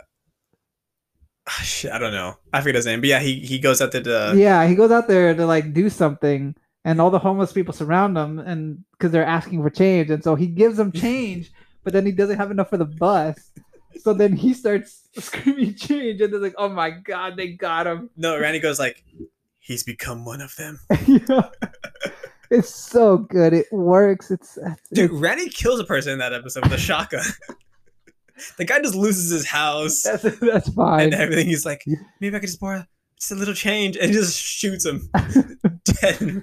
[SPEAKER 1] shit, I don't know. I forget his name, but yeah, he he goes out to the
[SPEAKER 2] yeah, he goes out there to like do something, and all the homeless people surround him, and because they're asking for change, and so he gives them change, but then he doesn't have enough for the bus. So then he starts screaming change, and they're like, "Oh my god, they got him!"
[SPEAKER 1] no. Randy goes like, he's become one of them.
[SPEAKER 2] Yeah. It's so good. It works. It's, it's
[SPEAKER 1] Dude, Randy kills a person in that episode with a shotgun. the guy just loses his house
[SPEAKER 2] that's that's
[SPEAKER 1] and
[SPEAKER 2] fine.
[SPEAKER 1] everything. He's like, maybe I could just borrow just a little change, and he just shoots him dead,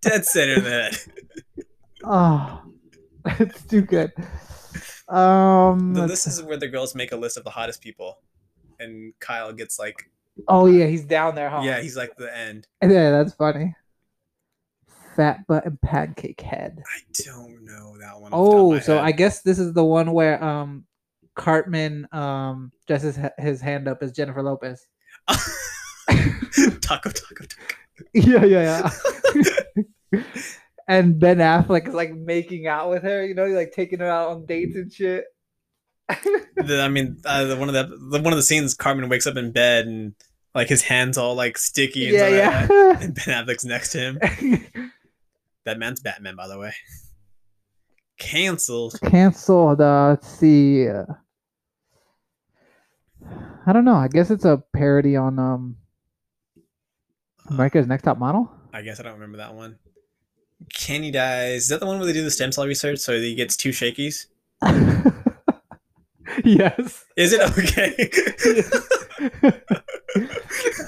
[SPEAKER 1] dead center in the head.
[SPEAKER 2] oh, it's too good. Um.
[SPEAKER 1] So
[SPEAKER 2] let's-
[SPEAKER 1] this is where the girls make a list of the hottest people, and Kyle gets like,
[SPEAKER 2] oh yeah, he's down there, huh?
[SPEAKER 1] yeah, he's like the end.
[SPEAKER 2] Yeah, that's funny. Fat butt and pancake head.
[SPEAKER 1] I don't know that one. off the top of
[SPEAKER 2] Oh,
[SPEAKER 1] my
[SPEAKER 2] so
[SPEAKER 1] head.
[SPEAKER 2] I guess this is the one where um Cartman um dresses h- his hand up as Jennifer Lopez.
[SPEAKER 1] taco, taco, taco.
[SPEAKER 2] yeah, yeah, yeah. and Ben Affleck is like making out with her, you know, like taking her out on dates and shit.
[SPEAKER 1] the, I mean, uh, the, one of the, the, one of the scenes, Carmen wakes up in bed and like his hands all like sticky. And yeah, yeah. That, and Ben Affleck's next to him. that man's Batman, by the way. Cancelled.
[SPEAKER 4] Cancelled. Uh, let's see. Uh, I don't know. I guess it's a parody on um, America's Next Top Model.
[SPEAKER 1] I guess I don't remember that one. Kenny dies. Is that the one where they do the stem cell research so he gets two shakies?
[SPEAKER 2] yes.
[SPEAKER 1] Is it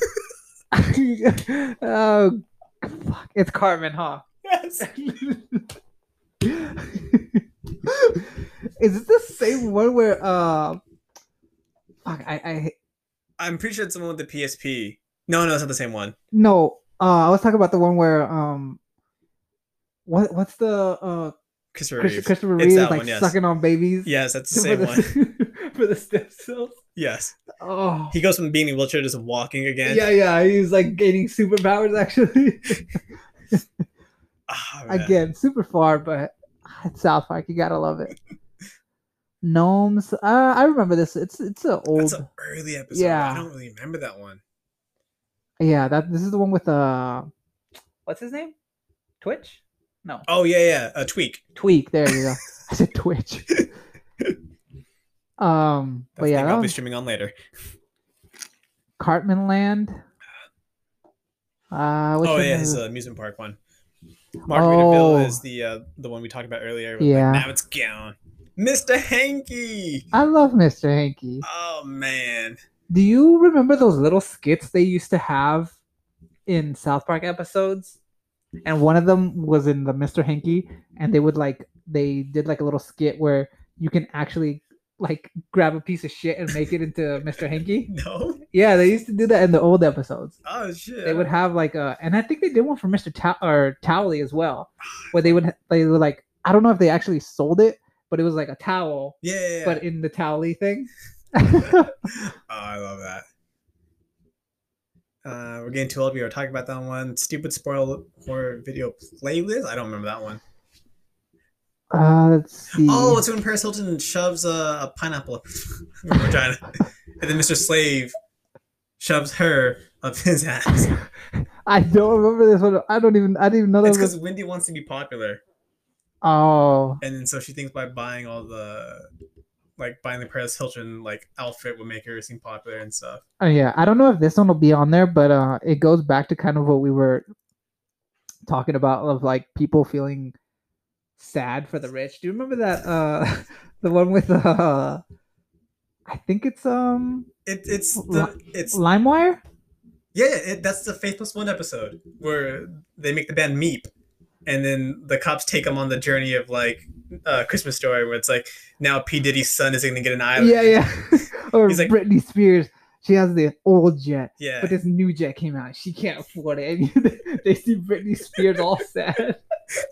[SPEAKER 1] okay?
[SPEAKER 2] oh, fuck. It's Carmen, huh?
[SPEAKER 1] Yes.
[SPEAKER 2] Is it the same one where, uh, fuck, I, I.
[SPEAKER 1] I'm pretty sure it's the one with the PSP. No, no, it's not the same one.
[SPEAKER 2] No, uh, I was talking about the one where, um, what what's the uh
[SPEAKER 1] Christopher Reeve,
[SPEAKER 2] Christopher Reeve like one, yes. sucking on babies?
[SPEAKER 1] Yes, that's the same the, one
[SPEAKER 2] for the stem cells.
[SPEAKER 1] Yes.
[SPEAKER 2] Oh,
[SPEAKER 1] he goes from being in wheelchair just walking again.
[SPEAKER 2] Yeah, yeah, he's like gaining superpowers actually.
[SPEAKER 1] oh,
[SPEAKER 2] again, super far, but it's South Park. You gotta love it. Gnomes. Uh, I remember this. It's it's an old.
[SPEAKER 1] That's an early episode. Yeah. I don't really remember that one.
[SPEAKER 2] Yeah, that this is the one with uh, what's his name? Twitch. No.
[SPEAKER 1] Oh yeah, yeah. A tweak.
[SPEAKER 2] Tweak. There you go. I said Twitch. um, That's but yeah,
[SPEAKER 1] I'll be streaming on later.
[SPEAKER 2] Cartman Land. Uh,
[SPEAKER 1] oh yeah, his uh, amusement park one. Margaritaville oh. is the uh, the one we talked about earlier.
[SPEAKER 2] Yeah.
[SPEAKER 1] Like, now it's gone. Mr. Hanky.
[SPEAKER 2] I love Mr. Hanky.
[SPEAKER 1] Oh man.
[SPEAKER 2] Do you remember those little skits they used to have in South Park episodes? and one of them was in the Mr. Hanky, and they would like they did like a little skit where you can actually like grab a piece of shit and make it into Mr. Hanky.
[SPEAKER 1] No.
[SPEAKER 2] Yeah, they used to do that in the old episodes.
[SPEAKER 1] Oh shit.
[SPEAKER 2] They would have like a, and I think they did one for Mr. Ta- or Towley as well, where they would they were like I don't know if they actually sold it, but it was like a towel.
[SPEAKER 1] Yeah. yeah, yeah.
[SPEAKER 2] But in the Towley thing.
[SPEAKER 1] oh, I love that. Uh, we're getting too old. We were talking about that one. Stupid spoil horror video playlist. I don't remember that one.
[SPEAKER 2] Uh, let's see.
[SPEAKER 1] Oh, it's when Paris Hilton shoves a, a pineapple vagina, and then Mr. Slave shoves her up his ass.
[SPEAKER 2] I don't remember this one. I don't even. I didn't even know that.
[SPEAKER 1] It's because Wendy wants to be popular.
[SPEAKER 2] Oh.
[SPEAKER 1] And then so she thinks by buying all the like buying the Paris Hilton like outfit would make her seem popular and stuff.
[SPEAKER 2] Oh yeah, I don't know if this one will be on there, but uh, it goes back to kind of what we were talking about of like people feeling sad for the rich. Do you remember that uh, the one with uh, I think it's um,
[SPEAKER 1] it, it's the it's
[SPEAKER 2] LimeWire.
[SPEAKER 1] Yeah, it, that's the Faithless One episode where they make the band Meep and then the cops take them on the journey of like uh, Christmas story where it's like now P Diddy's son is gonna get an island.
[SPEAKER 2] Yeah, yeah. or He's like, Britney Spears, she has the old jet.
[SPEAKER 1] Yeah.
[SPEAKER 2] But this new jet came out. She can't afford it. And they see Britney Spears all sad.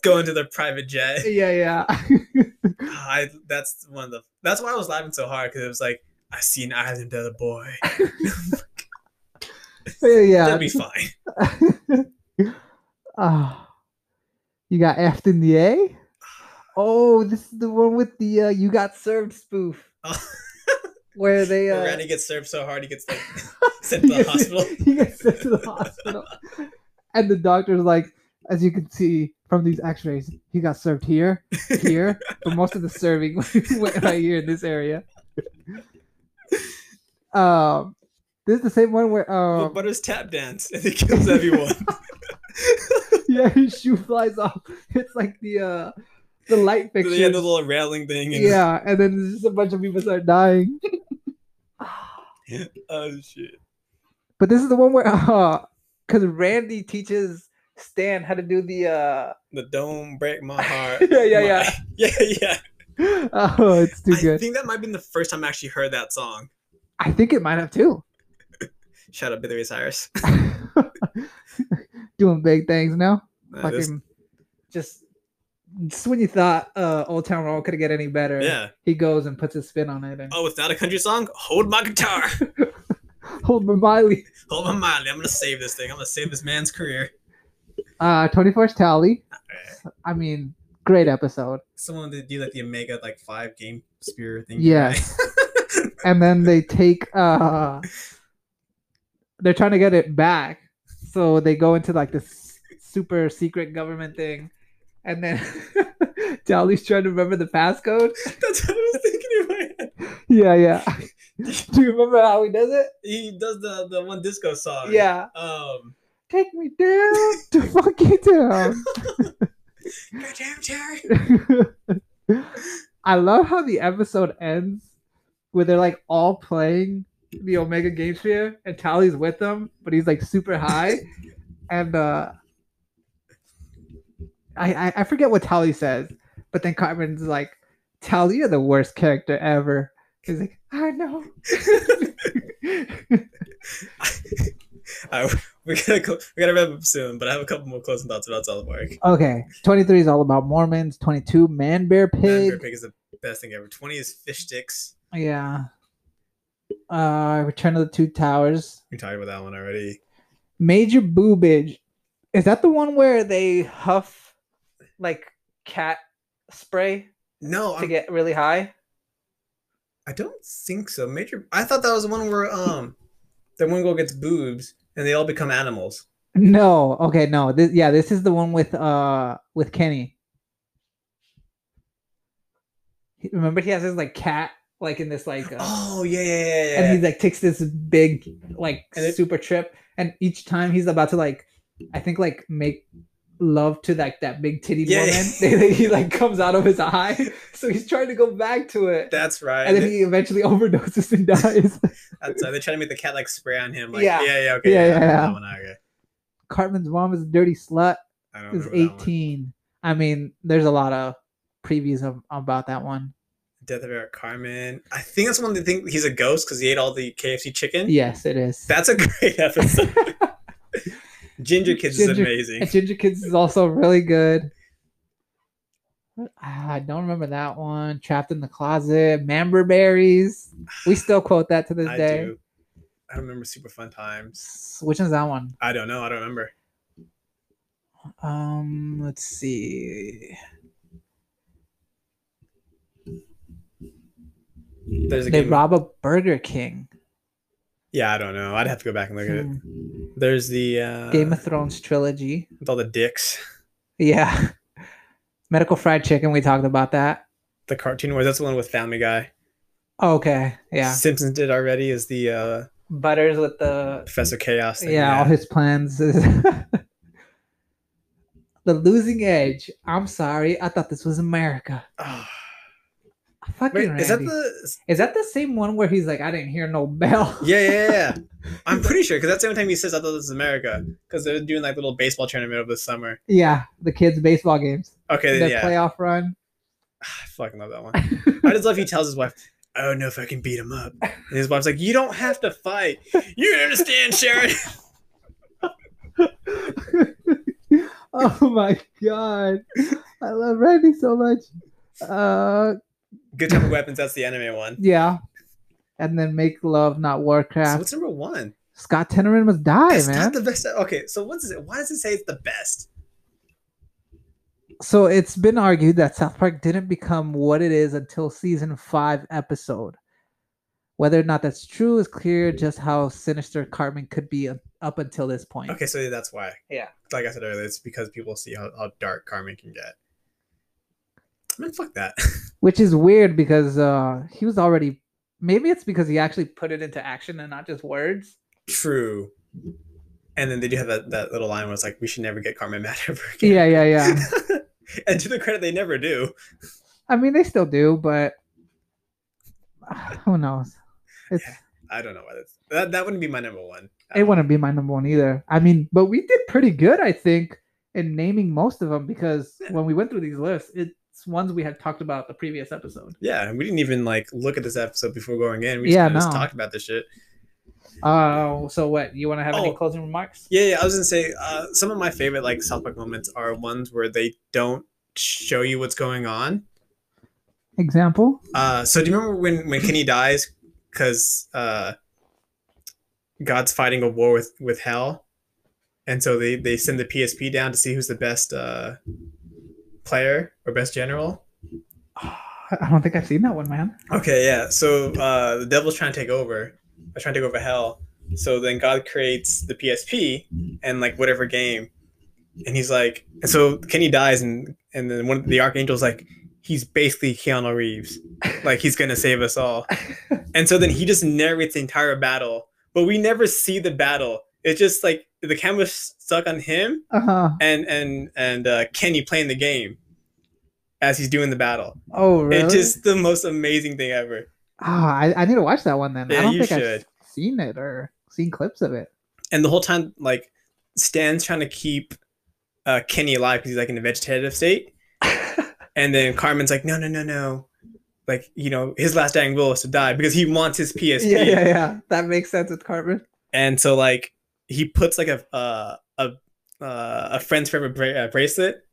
[SPEAKER 1] Going to their private jet.
[SPEAKER 2] Yeah,
[SPEAKER 1] yeah. I that's one of the that's why I was laughing so hard because it was like I see an island other boy.
[SPEAKER 2] yeah,
[SPEAKER 1] that'd be fine.
[SPEAKER 2] Ah. Oh. You got effed in the A. Oh, this is the one with the uh, you got served spoof. Oh. Where they uh,
[SPEAKER 1] Randy gets served so hard he gets like sent to the
[SPEAKER 2] gets,
[SPEAKER 1] hospital.
[SPEAKER 2] He gets sent to the hospital, and the doctor's like, as you can see from these X-rays, he got served here, here, but most of the serving went right here in this area. Um, this is the same one where um,
[SPEAKER 1] well, Butters tap dance and he kills everyone.
[SPEAKER 2] yeah, his shoe flies off. It's like the uh the light fixture.
[SPEAKER 1] Yeah, the little railing thing.
[SPEAKER 2] And... Yeah, and then just a bunch of people start dying.
[SPEAKER 1] oh shit!
[SPEAKER 2] But this is the one where, because uh, Randy teaches Stan how to do the uh
[SPEAKER 1] the don't break my heart.
[SPEAKER 2] yeah, yeah,
[SPEAKER 1] yeah, yeah, yeah.
[SPEAKER 2] Oh, it's too
[SPEAKER 1] I
[SPEAKER 2] good. I
[SPEAKER 1] think that might have been the first time I actually heard that song.
[SPEAKER 2] I think it might have too.
[SPEAKER 1] Shout out Billy Cyrus.
[SPEAKER 2] doing big things now. Nah,
[SPEAKER 1] Uh,
[SPEAKER 2] Fucking just just when you thought uh, Old Town Road could get any better,
[SPEAKER 1] yeah,
[SPEAKER 2] he goes and puts his spin on it. And...
[SPEAKER 1] Oh, it's not a country song. Hold my guitar.
[SPEAKER 2] Hold my Miley.
[SPEAKER 1] Hold my Miley. I'm gonna save this thing. I'm gonna save this man's career.
[SPEAKER 2] Uh, 21st Tally. I mean, great episode.
[SPEAKER 1] Someone did do like the Omega like five game spear thing.
[SPEAKER 2] Yes. and then they take uh they're trying to get it back. So they go into like this super secret government thing. And then Jolly's trying to remember the passcode.
[SPEAKER 1] That's what I was thinking in my head.
[SPEAKER 2] Yeah, yeah. Do you remember how he does it?
[SPEAKER 1] He does the the one disco song.
[SPEAKER 2] Yeah.
[SPEAKER 1] Um.
[SPEAKER 2] Take me down to fucking town.
[SPEAKER 1] Goddamn Terry.
[SPEAKER 2] I love how the episode ends where they're like all playing the Omega Game Sphere and Tally's with them, but he's like super high. and uh I, I I forget what Tally says, but then Cartman's like, Tally, you're the worst character ever. He's like, I know.
[SPEAKER 1] All right, we gotta go, we gotta wrap up soon, but I have a couple more closing thoughts about South Park.
[SPEAKER 2] okay. 23 is all about Mormons. 22, man bear
[SPEAKER 1] Man, Bear
[SPEAKER 2] pig.
[SPEAKER 1] Pig is the best thing ever. Twenty is fish sticks.
[SPEAKER 2] Yeah. Uh Return of the Two Towers.
[SPEAKER 1] We talked about that one already.
[SPEAKER 2] Major boobage. Is that the one where they huff
[SPEAKER 3] like cat spray
[SPEAKER 1] No,
[SPEAKER 3] to
[SPEAKER 1] I'm,
[SPEAKER 3] get really high.
[SPEAKER 1] I don't think so. Major. I thought that was the one where um, the one girl gets boobs and they all become animals.
[SPEAKER 2] No, okay, no. This yeah, this is the one with uh with Kenny. He- Remember he has his like cat like in this like uh,
[SPEAKER 1] Oh yeah, yeah, yeah, yeah.
[SPEAKER 2] and he like takes this big like
[SPEAKER 1] And it-
[SPEAKER 2] super trip and each time he's about to like I think like make love to like that big titty
[SPEAKER 1] Yeah,
[SPEAKER 2] woman
[SPEAKER 1] yeah.
[SPEAKER 2] they- they- he like comes out of his eye so he's trying to go back to it
[SPEAKER 1] That's right.
[SPEAKER 2] and then he eventually overdoses and dies
[SPEAKER 1] That's right. They try to make the cat like spray on him. Like, yeah,
[SPEAKER 3] Yeah.
[SPEAKER 1] yeah, yeah, okay,
[SPEAKER 2] Yeah,
[SPEAKER 1] yeah,
[SPEAKER 2] yeah, yeah.
[SPEAKER 1] That one, okay.
[SPEAKER 2] Cartman's mom is a dirty slut
[SPEAKER 1] I don't
[SPEAKER 2] is
[SPEAKER 1] remember that one.
[SPEAKER 2] 18. I mean, there's a lot of previews of, about that one.
[SPEAKER 1] Death of Eric Carmen. I think that's the one they think he's a ghost because he ate all the KFC chicken.
[SPEAKER 2] Yes, it is.
[SPEAKER 1] That's a great episode. Ginger Kids is
[SPEAKER 2] Ginger-
[SPEAKER 1] amazing.
[SPEAKER 2] And Ginger Kids is also really good. What- ah, I don't remember that one. Trapped in the Closet, Mamberberries. We still quote that to this
[SPEAKER 1] I
[SPEAKER 2] day.
[SPEAKER 1] do. I remember Super Fun Times.
[SPEAKER 2] Which one's that one?
[SPEAKER 1] I don't know. I don't remember.
[SPEAKER 2] Um, let's see.
[SPEAKER 1] There's a
[SPEAKER 2] They
[SPEAKER 1] game.
[SPEAKER 2] rob a Burger King.
[SPEAKER 1] yeah, I don't know. I'd have to go back and look at it.
[SPEAKER 2] Hmm.
[SPEAKER 1] There's the uh,
[SPEAKER 2] Game of Thrones trilogy.
[SPEAKER 1] with all the dicks.
[SPEAKER 2] Yeah. Medical Fried Chicken. We talked about that.
[SPEAKER 1] The cartoon where that's the one with Family Guy.
[SPEAKER 2] Okay. Yeah.
[SPEAKER 1] Simpsons did already is the uh,
[SPEAKER 3] Butters with the
[SPEAKER 1] Professor Chaos.
[SPEAKER 2] yeah,
[SPEAKER 1] Thing.
[SPEAKER 2] all his plans is the losing edge i'm sorry i thought this was america
[SPEAKER 1] Ah.
[SPEAKER 2] fucking
[SPEAKER 1] Wait,
[SPEAKER 2] Randy.
[SPEAKER 1] is that the
[SPEAKER 2] same one where he's like i didn't hear no bell
[SPEAKER 1] Yeah, yeah, yeah. I'm pretty sure because that's the only time he says, "I thought this was America," because they're doing like little baseball tournament over the summer.
[SPEAKER 2] yeah the kids baseball games
[SPEAKER 1] Okay,
[SPEAKER 2] the
[SPEAKER 1] then, yeah, Ah,
[SPEAKER 2] playoff run
[SPEAKER 1] I fucking love that one. I just love he tells his wife, "I don't know if I can beat him up," and his wife's like, "You don't have to fight. You don't understand, Sharon."
[SPEAKER 2] oh my god i love randy so much uh
[SPEAKER 1] Good time of weapons. That's the anime one.
[SPEAKER 2] yeah and then make love not
[SPEAKER 1] So
[SPEAKER 2] warcraft
[SPEAKER 1] what's number one?
[SPEAKER 2] scott tenorman must die
[SPEAKER 1] That's
[SPEAKER 2] man
[SPEAKER 1] not the best. Okay, so what is it? Why does it say it's the best?
[SPEAKER 2] So it's been argued that South Park didn't become what it is until season five episode. Whether or not that's true is clear just how sinister Cartman could be un- up until this point.
[SPEAKER 1] Okay, so that's why.
[SPEAKER 3] Yeah.
[SPEAKER 1] Like I said earlier, it's because people see how, how dark Carmen can get. Man, fuck that.
[SPEAKER 2] Which is weird because uh he was already maybe it's because he actually put it into action and not just words.
[SPEAKER 1] True. And then they do have that, that little line where it's like, we should never get Carmen mad ever again.
[SPEAKER 2] Yeah, yeah, yeah.
[SPEAKER 1] and to the credit, they never do.
[SPEAKER 2] I mean they still do, but uh, who knows? It's
[SPEAKER 1] I don't know why that's, that that wouldn't be my number one.
[SPEAKER 2] it wouldn't be my number one either. I mean, but we did pretty good, I think, in naming most of them because when we went through these lists, it's ones we had talked about the previous episode.
[SPEAKER 1] Yeah, we didn't even like look at this episode before going in. We just,
[SPEAKER 2] Yeah,
[SPEAKER 1] kinda just
[SPEAKER 2] no.
[SPEAKER 1] talked about this shit.
[SPEAKER 2] Uh, so what? You want to have
[SPEAKER 1] Oh.
[SPEAKER 2] any closing remarks?
[SPEAKER 1] Yeah, yeah. I was gonna say uh, some of my favorite like South Park moments are ones where they don't show you what's going on.
[SPEAKER 2] Example?
[SPEAKER 1] Uh, so do you remember when when Kenny dies because uh, God's fighting a war with with hell, and so they they send the PSP down to see who's the best uh, player or best general.
[SPEAKER 2] Oh, I don't think I've seen that one, man.
[SPEAKER 1] Okay, yeah. So uh, the devil's trying to take over. They're trying to take over hell. So then God creates the PSP and like whatever game, and he's like, and so Kenny dies, and and then one of the archangel's like, he's basically Keanu Reeves, like he's gonna save us all, and so then he just narrates the entire battle, but we never see the battle. It's just like the camera's stuck on him
[SPEAKER 2] Uh-huh.
[SPEAKER 1] and and and uh, Kenny playing the game as he's doing the battle.
[SPEAKER 2] Oh, really?
[SPEAKER 1] It's just the most amazing thing ever.
[SPEAKER 2] Ah, I, I need to watch that one then.
[SPEAKER 1] Yeah,
[SPEAKER 2] I don't
[SPEAKER 1] you
[SPEAKER 2] think
[SPEAKER 1] should.
[SPEAKER 2] I've seen it or seen clips of it.
[SPEAKER 1] And the whole time, like Stan's trying to keep uh, Kenny alive because he's like in a vegetative state, and then Carmen's like, no, no, no, no. Like you know, his last dying will is to die because he wants his PSP.
[SPEAKER 2] Yeah, yeah, yeah. That makes sense with Cartman.
[SPEAKER 1] and so like he puts like a uh, a uh, a friend's favorite bra- uh, bracelet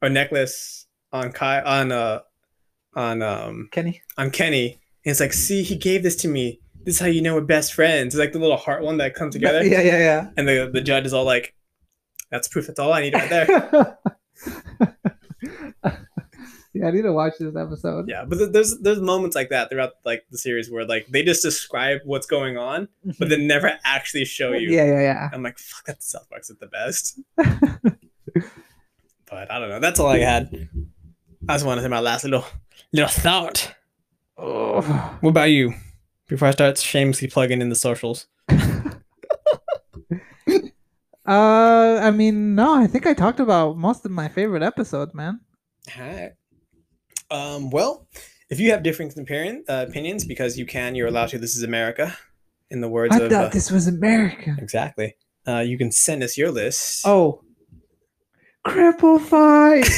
[SPEAKER 1] or necklace on Kai on uh on um
[SPEAKER 2] Kenny.
[SPEAKER 1] on Kenny, and it's like, see, he gave this to me. This is how you know we're best friends. It's like the little heart one that comes together,
[SPEAKER 2] Yeah, yeah,
[SPEAKER 1] and the the judge is all like, "That's proof. That's all I need right there."
[SPEAKER 2] yeah. yeah, I need to watch this episode.
[SPEAKER 1] yeah, but th- there's there's moments like that throughout like the series where like they just describe what's going on, but then never actually show you.
[SPEAKER 2] Yeah, yeah, yeah.
[SPEAKER 1] I'm like, fuck, that South Park's at the best. but I don't know. That's all I had. I just wanted to say my last little little thought.
[SPEAKER 2] Oh.
[SPEAKER 1] What about you? Before I start shamelessly plugging in the socials.
[SPEAKER 2] Uh, I mean, no, I think I talked about most of my favorite episodes, man.
[SPEAKER 1] Alright. Um, well, if you have different opinion, uh, opinions, because you can, you're allowed to. This is America, in the words
[SPEAKER 2] I
[SPEAKER 1] of
[SPEAKER 2] thought
[SPEAKER 1] uh,
[SPEAKER 2] this was America.
[SPEAKER 1] exactly. Uh, you can send us your list.
[SPEAKER 2] Oh, cripple fight.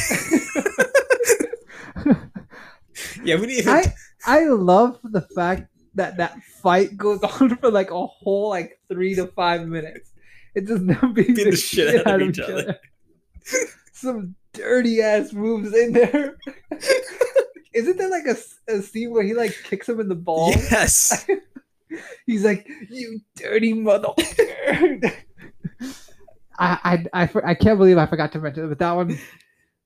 [SPEAKER 1] yeah, we didn't even.
[SPEAKER 2] I I love the fact that that fight goes on for like a whole like three to five minutes. It just not beating
[SPEAKER 1] Beat the shit out of each other.
[SPEAKER 2] Some dirty ass moves in there. Isn't there like a, s- a scene where he like kicks him in the balls?
[SPEAKER 1] yes.
[SPEAKER 2] He's like, "You dirty motherfucker." I, I I for- I can't believe I forgot to mention it, but that one,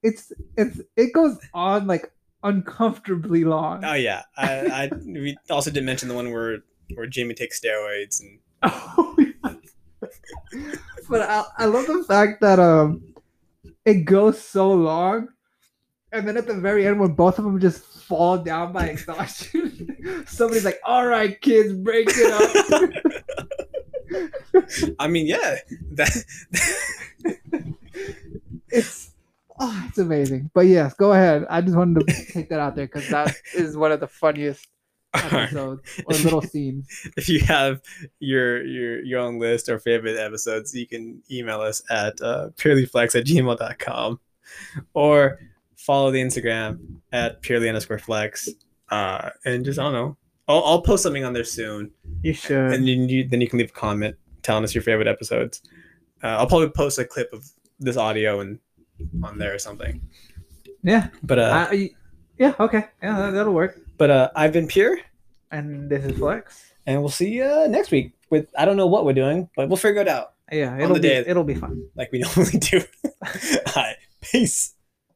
[SPEAKER 2] it's it's it goes on like uncomfortably long.
[SPEAKER 1] Oh yeah, I, I we also did mention the one where where Jamie takes steroids and
[SPEAKER 2] Oh, yeah. but I, I love the fact that um it goes so long and then at the very end when both of them just fall down by exhaustion somebody's like all right kids break it up
[SPEAKER 1] I mean yeah, that
[SPEAKER 2] it's oh it's amazing but yes go ahead i just wanted to take that out there because that is one of the funniest episodes or little scenes
[SPEAKER 1] if you have your your your own list or favorite episodes, you can email us at uh, purelyflex at gmail.com or follow the Instagram at purely underscore flex. Uh, and just I don't know. I'll, I'll post something on there soon,
[SPEAKER 2] you should
[SPEAKER 1] and then you then you can leave a comment telling us your favorite episodes. Uh, I'll probably post a clip of this audio and on there or something.
[SPEAKER 2] yeah
[SPEAKER 1] But uh,
[SPEAKER 2] I- yeah okay yeah that, that'll work
[SPEAKER 1] But uh, I've been Pure,
[SPEAKER 2] and this is flex
[SPEAKER 1] and we'll see you uh, next week with I don't know what we're doing, but we'll figure it out
[SPEAKER 2] Yeah,
[SPEAKER 1] the
[SPEAKER 2] it'll be
[SPEAKER 1] day.
[SPEAKER 2] it'll be fun.
[SPEAKER 1] like we normally do. All right, peace.